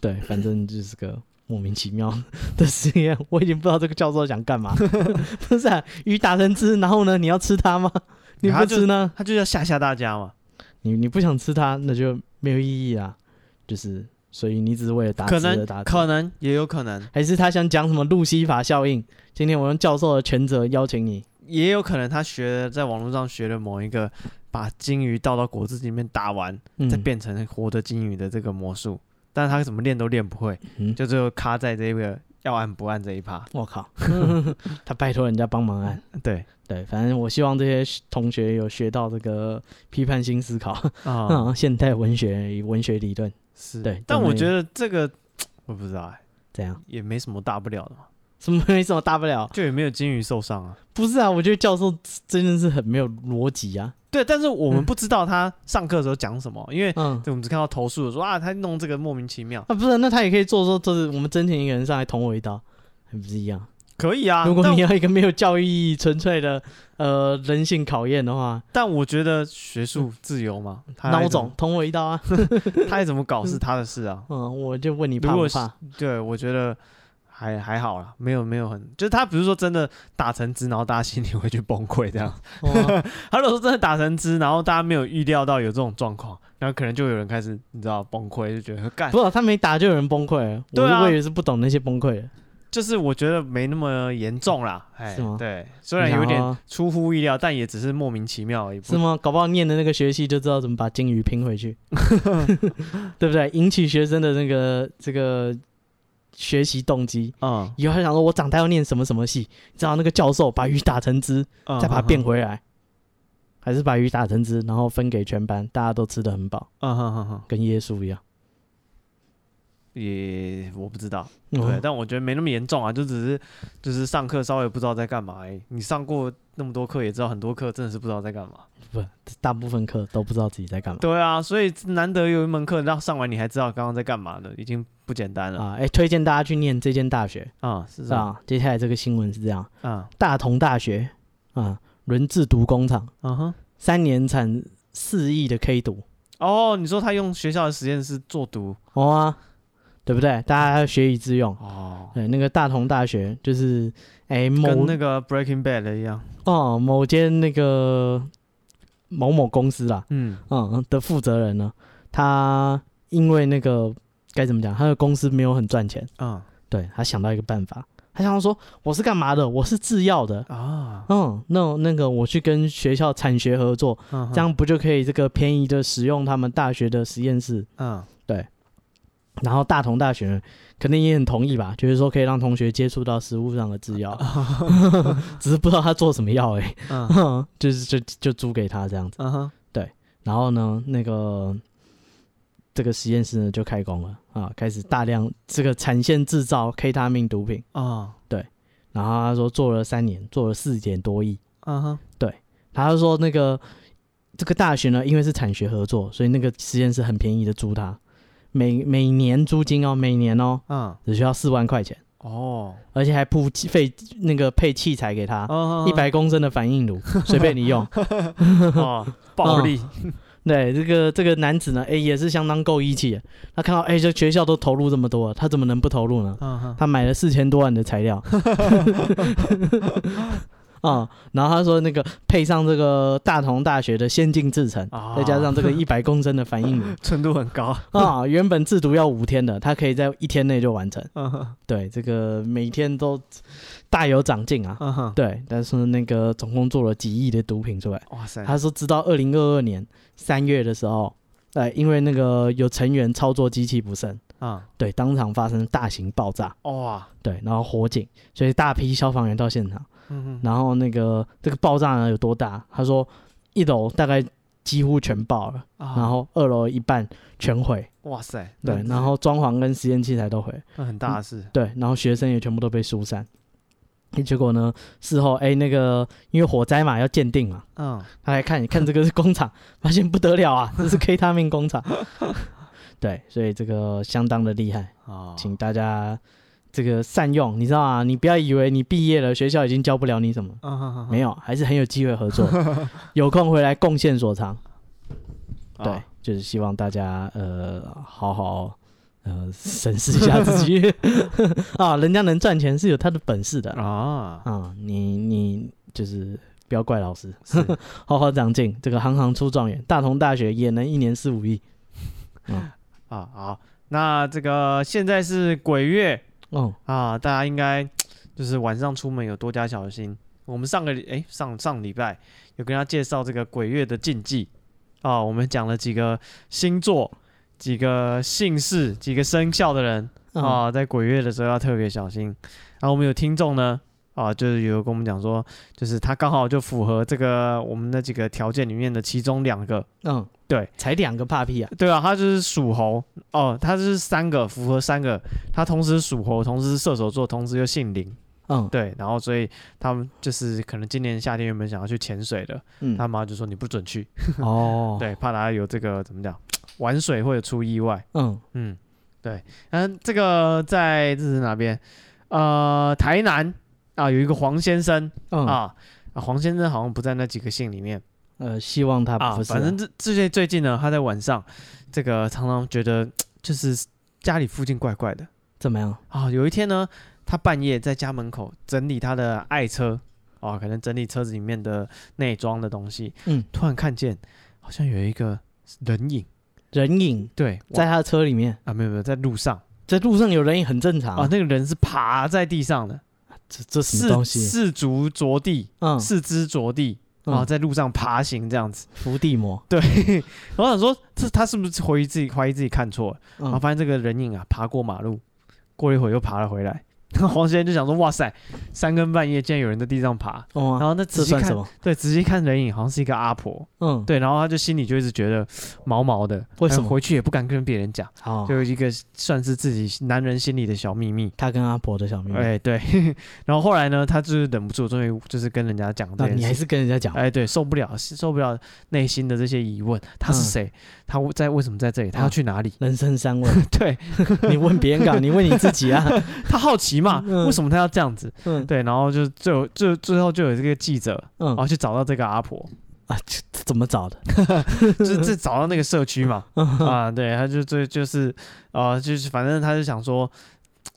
对，反正就是个。莫名其妙的实验，我已经不知道这个教授想干嘛。 不是、啊、鱼打成汁，然后呢，你要吃它吗？你
他
不
就
吃呢？
他就要吓吓大家嘛，
你你不想吃它，那就没有意义啦。就是，所以你只是为了打
可
字
能
而打字，
可能也有可能，
还是他想讲什么路西法效应？今天我用教授的权责邀请你，
也有可能他学的在网络上学的某一个把金鱼倒到果汁里面打完，
嗯
再变成活的金鱼的这个魔术，但是他怎么练都练不会，
嗯
就最后卡在这个要按不按这一趴。
我靠， 他拜托人家帮忙按。
对
对，反正我希望这些同学有学到这个批判性思考，
啊、
嗯，现代文学与文学理论。
是
对
但
都
我
没
觉得这个我不知道哎、
怎样？
也没什么大不了的嘛，
什么没什么大不了？
就也没有金鱼受伤啊。
不是啊，我觉得教授真的是很没有逻辑啊。
对，但是我们不知道他上课的时候讲什么，因为
嗯，
对我们只看到投诉的说啊，他弄这个莫名其妙，
啊，不是，那他也可以做说，就是我们真请一个人上来捅我一刀，还不是一样？
可以啊。
如果
但
你要一个没有教育意义、纯粹的呃人性考验的话，
但我觉得学术自由嘛，他
孬
爱怎
种
么，
捅我一刀啊！
他爱怎么搞是他的事啊。
嗯，我就问你
如
怕不
果是
怕？
对，我觉得还还好啦，没有没有很，就是他不是说真的打成汁，然后大家心里会去崩溃这样。
哦
他如果说真的打成汁，然后大家没有预料到有这种状况，然后可能就有人开始你知道崩溃，就觉得干，
不，他没打就有人崩溃了。我
对啊
我以为是不懂那些崩溃了。
就是我觉得没那么严重啦。哎
是吗，
对，虽然有
然
点
后
出乎意料，但也只是莫名其妙而已。不
是吗？搞不好念的那个学期就知道怎么把金鱼拼 回去， 对不对？引起学生的那个这个学习动机。
嗯，
以后他想说，我长大要念什么什么系？你知道那个教授把鱼打成汁，
嗯
再把它变，回来，还是把鱼打成汁，然后分给全班，大家都吃的很饱，
嗯哼哼哼，
跟耶稣一样。
也我不知道，对
嗯，
但我觉得没那么严重啊，就只是就是上课稍微不知道在干嘛而已。你上过那么多课，也知道很多课真的是不知道在干嘛。
大部分课都不知道自己在干嘛
对啊，所以难得有一门课让上完你还知道刚刚在干嘛的，已经不简单了
啊！哎、推荐大家去念这间大学
啊，嗯是这样
啊。接下来这个新闻是这样：
啊，
大同大学啊，轮制毒工厂
嗯哼。
三年产四亿的 K 毒，
哦，你说他用学校的实验室做毒
哦啊，对不对？大家要学以致用。
哦，
对，那个大同大学就是哎、
跟
某
那个 Breaking Bad 的一样。
哦某间那个某某公司啦，
嗯
嗯的负责人呢，他因为那个该怎么讲，他的公司没有很赚钱，
嗯
对他想到一个办法，他想到说我是干嘛的？我是制药的，
啊，
嗯，那那个我去跟学校产学合作，
这
这样不就可以这个便宜的使用他们大学的实验室？
嗯
然后大同大学呢肯定也很同意吧，就是说可以让同学接触到食物上的制药，只是不知道他做什么药哎、
嗯
欸，就是就就租给他这样子。
嗯哼
然后呢，那个这个实验室呢就开工了啊，开始大量这个产线制造 K 他命毒品。
啊
然后他说做了三年，做了四点多亿。
嗯哼
他就说那个这个大学呢，因为是产学合作，所以那个实验室很便宜的租他，每每年租金哦，每年哦
嗯
只需要四万块钱，
哦，
而且还铺器费那个配器材给他。
嗯
一百公升的反应炉，随便你用。
哦，暴力
对，这个这个男子呢，哎、也是相当够义气的。他看到，哎、这学校都投入这么多了，他怎么能不投入呢？
嗯哼
他买了四千多万的材料， 啊、然后他说那个配上这个大同大学的先进制程，
啊
再加上这个一百公升的反应炉
纯度很高。
啊、原本制毒要五天的，他可以在一天内就完成。
嗯哼
对，这个每天都大有长进啊。
嗯哼，
对，但是那个总共做了几亿的毒品出来。
哇塞，
他说，直到二零二二年三月的时候，呃，因为那个有成员操作机器不慎，
啊
对，当场发生大型爆炸，
哇，
对，然后火警，所以大批消防员到现场。
嗯哼
然后那个这个爆炸呢有多大？他说一楼大概几乎全爆了，
啊
然后二楼一半全毁，
哇塞，
对，
那
然后装潢跟实验器材都毁，
那很大的事。
对，然后学生也全部都被疏散。结果呢？事后哎，那个因为火灾嘛，要鉴定嘛，
嗯
他来看，看这个是工厂， 发现不得了啊，这是 K 他命工厂。 对，所以这个相当的厉害，
啊，
请大家这个善用，你知道啊，你不要以为你毕业了，学校已经教不了你什么，
嗯哼哼哼
没有，还是很有机会合作，有空回来贡献所长。
啊
对，就是希望大家呃好好呃审视一下自己 啊，人家能赚钱是有他的本事的啊、
啊，
你你就是不要怪老师，
是
好好长进，这个行行出状元，大同大学也能一年四五亿。
啊好，那这个现在是鬼月。
哦，
啊，大家应该就是晚上出门有多加小心。我们上个礼哎、上上礼拜有跟大家介绍这个鬼月的禁忌啊，我们讲了几个星座、几个姓氏、几个生肖的人
啊、
啊，在鬼月的时候要特别小心。然后我们有听众呢啊，就是有跟我们讲说，就是他刚好就符合这个我们那几个条件里面的其中两个，
嗯，
对，
才两个怕屁啊，
对啊，他就是属猴哦，他是三个符合三个，他同时属猴，同时是射手座，同时又姓林，
嗯
对，然后所以他们就是可能今年夏天原本想要去潜水的，
嗯，
他妈就说你不准去，
哦，，
对，怕他有这个怎么讲，玩水或者出意外，
嗯
嗯，对，嗯，这个在这是哪边？呃，台南啊，有一个黄先生
嗯，
啊。啊，黄先生好像不在那几个姓里面
呃，希望他
啊，
不是啊，
反正这最近最近呢，他在晚上，这个常常觉得就是家里附近怪怪的
怎么样？
啊。有一天呢，他半夜在家门口整理他的爱车啊，可能整理车子里面的内装的东西，
嗯，
突然看见好像有一个人影，
人影
对，
在他的车里面，
啊没有没有在路上
在路上有人影很正常
啊，那个人是爬在地上的，
这这什么
四
东西？
四足着地，
嗯，
四肢着地，然后
嗯，
在路上爬行这样子。
伏地魔，
然后我想说，这他是不是怀疑自己怀疑自己看错了？然后
嗯，
发现这个人影啊，爬过马路，过了一会儿又爬了回来。 然后黄先生就想说，哇塞，三更半夜竟然有人在地上爬。然
哦，
后那
这
仔细
算什
看，
么？
对，仔细看人影好像是一个阿婆，
嗯，，
对，然后他就心里就一直觉得毛毛的，哎
为什么啊
回去也不敢跟别人讲，
好，
就一个算是自己男人心里的小秘密。
他跟阿婆的小秘密，
哎、对， 然后后来呢，他就是忍不住，终于就是跟人家讲这
那
件
你还
事情。
是跟人家讲，
哎，对，受不了，受不了内心的这些疑问，他是
嗯
谁？他在为什么在这里？他要
嗯
去 哪里？
人生三问，
对
你问别人搞，你问你 自己啊，
他好奇嘛，
嗯
为什么他要这样子？
嗯，
对，然后就最后最最后就有这个记者，
嗯
然后去找到这个阿婆，
啊，这这怎么找的？
就是这找到那个社区嘛，
嗯
啊，对，他就最就是呃，就是反正他就想说。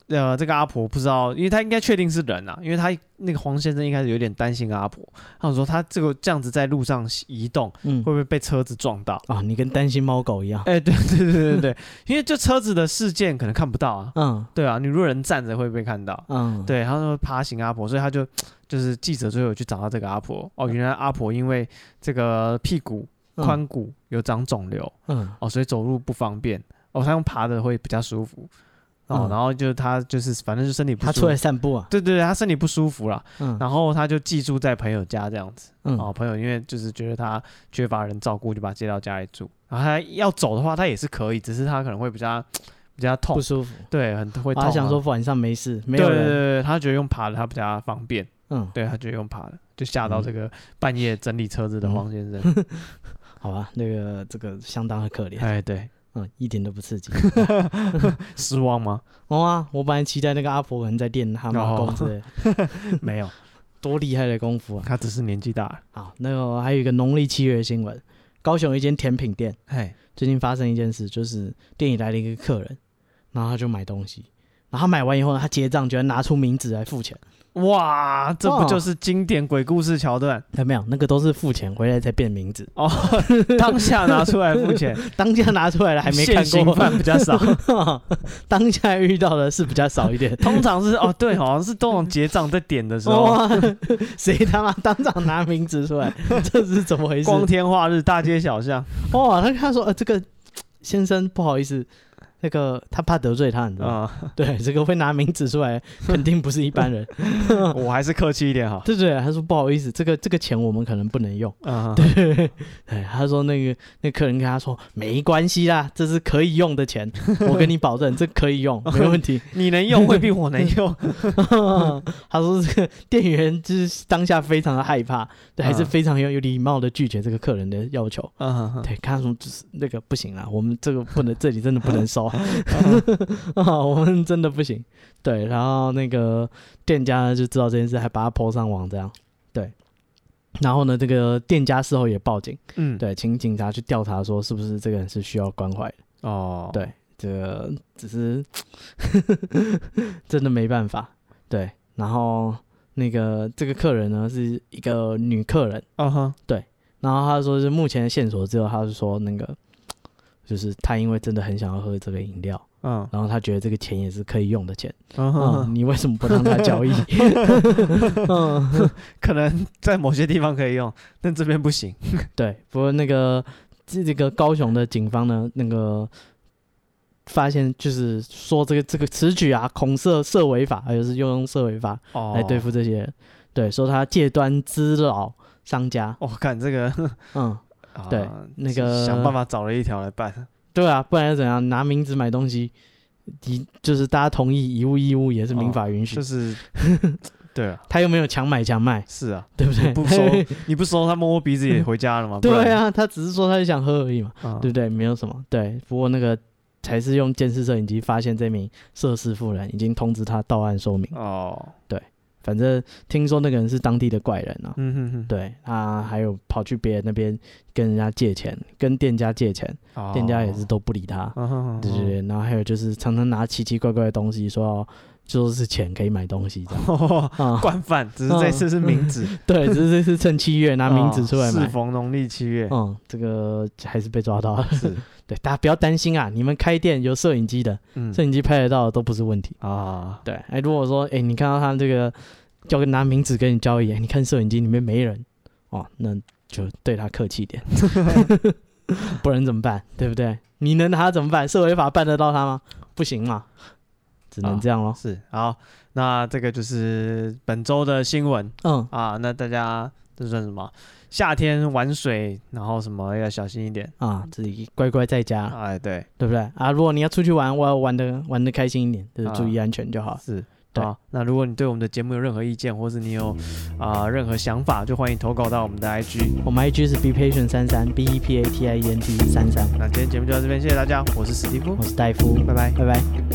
呃，这个阿婆不知道，因为他应该确定是人啊，因为他那个黄先生一开始有点担心阿婆，他想说他这个这样子在路上移动
嗯
会，不会被车子撞到？
啊，你跟担心猫狗一样，
哎、对对对对对，因为就车子的事件可能看不到啊，
嗯
对啊，你如果人站着会被看到，
嗯，，
对，他说爬行阿婆，所以他就就是记者最后有去找到这个阿婆，哦，原来阿婆因为这个屁股髋骨有长肿瘤，
嗯
哦，所以走路不方便，哦，他用爬的会比较舒服，哦，
嗯
然后就他就是反正就身体不
他
舒服，
出来散步啊，
对对对，他身体不舒服啦，
嗯
然后他就寄住在朋友家这样子，哦，
嗯，
朋友因为就是觉得他缺乏人照顾，就把他接到家里住。然后他要走的话，他也是可以，只是他可能会比较比较痛
不，舒服，啊
对，很会痛、啊
他想说，晚上没事，没
对
有
对对
人，
对，他觉得用爬的他比较方便，
嗯，
对他觉得用爬的，就吓到
嗯
这个半夜整理车子的黄先生。
好吧，那个这个相当的可怜，
哎，对，
嗯，一点都不刺激。
失望吗？
哦啊，我本来期待那个阿婆可能在练蛤
哦
蟆功之类的，
没有，
多厉害的功夫啊！
他只是年纪大 了。
好，那个还有一个农历七月的新闻，高雄有一间甜品店
哎，
最近发生一件事，就是店里来了一个客人，然后他就买东西，然后他买完以后呢，他结账居然拿出名字来付钱，
哇，这不
哇
就是经典鬼故事桥段？
有没有？那个都是付钱回来再变名字，
哦，当下拿出来付钱，
当下拿出来 了还没看
现行
过，
犯比较少。
当下遇到的是比较少一点。
通常是哦，对，好像是通常结账在点的时候，
哇，谁他妈当场拿名字出来？这是怎么回事？
光天化日，大街小巷，
哦，他他说呃，这个先生不好意思，那个他怕得罪他，你知道吗？
啊，
对，这个会拿名指出来，肯定不是一般人。
我还是客气一点 好。
对对，他说不好意思，这个这个钱我们可能不能用。
嗯，
对，他说那个那客人跟他说没关系啦，这是可以用的钱，我跟你保证，这可以用，没问 题。
你能用未必我能 用，
他说这个店员就是当下非常的害怕，对，还是
嗯
非常有有礼貌的拒绝这个客人的要求。
嗯，
对，看他说就是那个不行啦，我们这个不能，这里真的不能收，啊，我们真的不行。对，然后那个店家呢就知道这件事，还把它 PO 上网，这样。对，然后呢，这个店家事后也报警，
嗯，，
对，请警察去调查，说是不是这个人是需要关怀的。
哦，
对这个只是 真的没办法。对，然后那个这个客人呢是一个女客人。
嗯哼，
然后他说是目前的线索只有他是说那个，就是他因为真的很想要喝这个饮料，
嗯，
然后他觉得这个钱也是可以用的钱，
嗯
嗯，
哼，
你为什么不让他交易？ 嗯，
可能在某些地方可以用，但这边不行。
对，不过那个这这个高雄的警方呢，那个发现就是说这个这个此举啊，恐吓涉违法，而就是又用涉违法
哦，
来对付这些人。对，说他借端滋扰商家，
我哦看这 个，
嗯，
啊
对那个
想办法找了一条来 办，
对啊，不然又怎样？拿名字买东西，一就是大家同意一物义务也是民法允许，
哦就是 对啊，
他又没有强买强卖，
是啊，
对不对？
不 收你不收，他摸摸鼻子也回家了嘛？不
对
然，
啊，他只是说他就想喝而已嘛，
嗯
对不对？没有什么，对。不过那个才是用监视摄影机发现这名涉事妇人，已经通知他到案说明。
哦，
反正听说那个人是当地的怪人啊，
嗯哼哼，
对，他还有跑去别人那边跟人家借钱，跟店家借钱，
哦
店家也是，都不理他，
嗯哼哼
对 对对。然后还有就是常常拿奇奇怪怪的东西说要。说是钱可以买东西这样 啊、
哦惯犯，只是这次是名字，
对，只是这次趁七月拿名字出来
哦适
买，
逢农历七月，
嗯，这个还是被抓到了。
是，
对，大家不要担心啊，你们开店有摄影机的，
嗯
摄影机拍得到的都不是问题。
啊，
对，哎，如果说哎你看到他这个叫个拿名字跟你交易，哎你看摄影机里面没人哦，那就对他客气一点，不然怎么办？对不对？你能拿他怎么办？社会法办得到他吗？不行嘛，只能这样咯。
是好，那这个就是本周的新闻
嗯，
啊，那大家这算什么？夏天玩水，然后什么要小心一点，
啊，自己乖乖在家，
哎，对，
对不对？啊，如果你要出去玩，我要玩的玩的开心一点，就是
啊
注意安全就好。
是。
对
啊，那如果你对我们的节目有任何意见，或是你有啊、
嗯
任何想法，就欢迎投稿到我们的 IG。
我们 IG 是 be patient 三三 b e p a t i e n t 三三，嗯
那今天节目就到这边，谢谢大家，我是史蒂夫
我，是戴夫，
拜拜。
拜拜。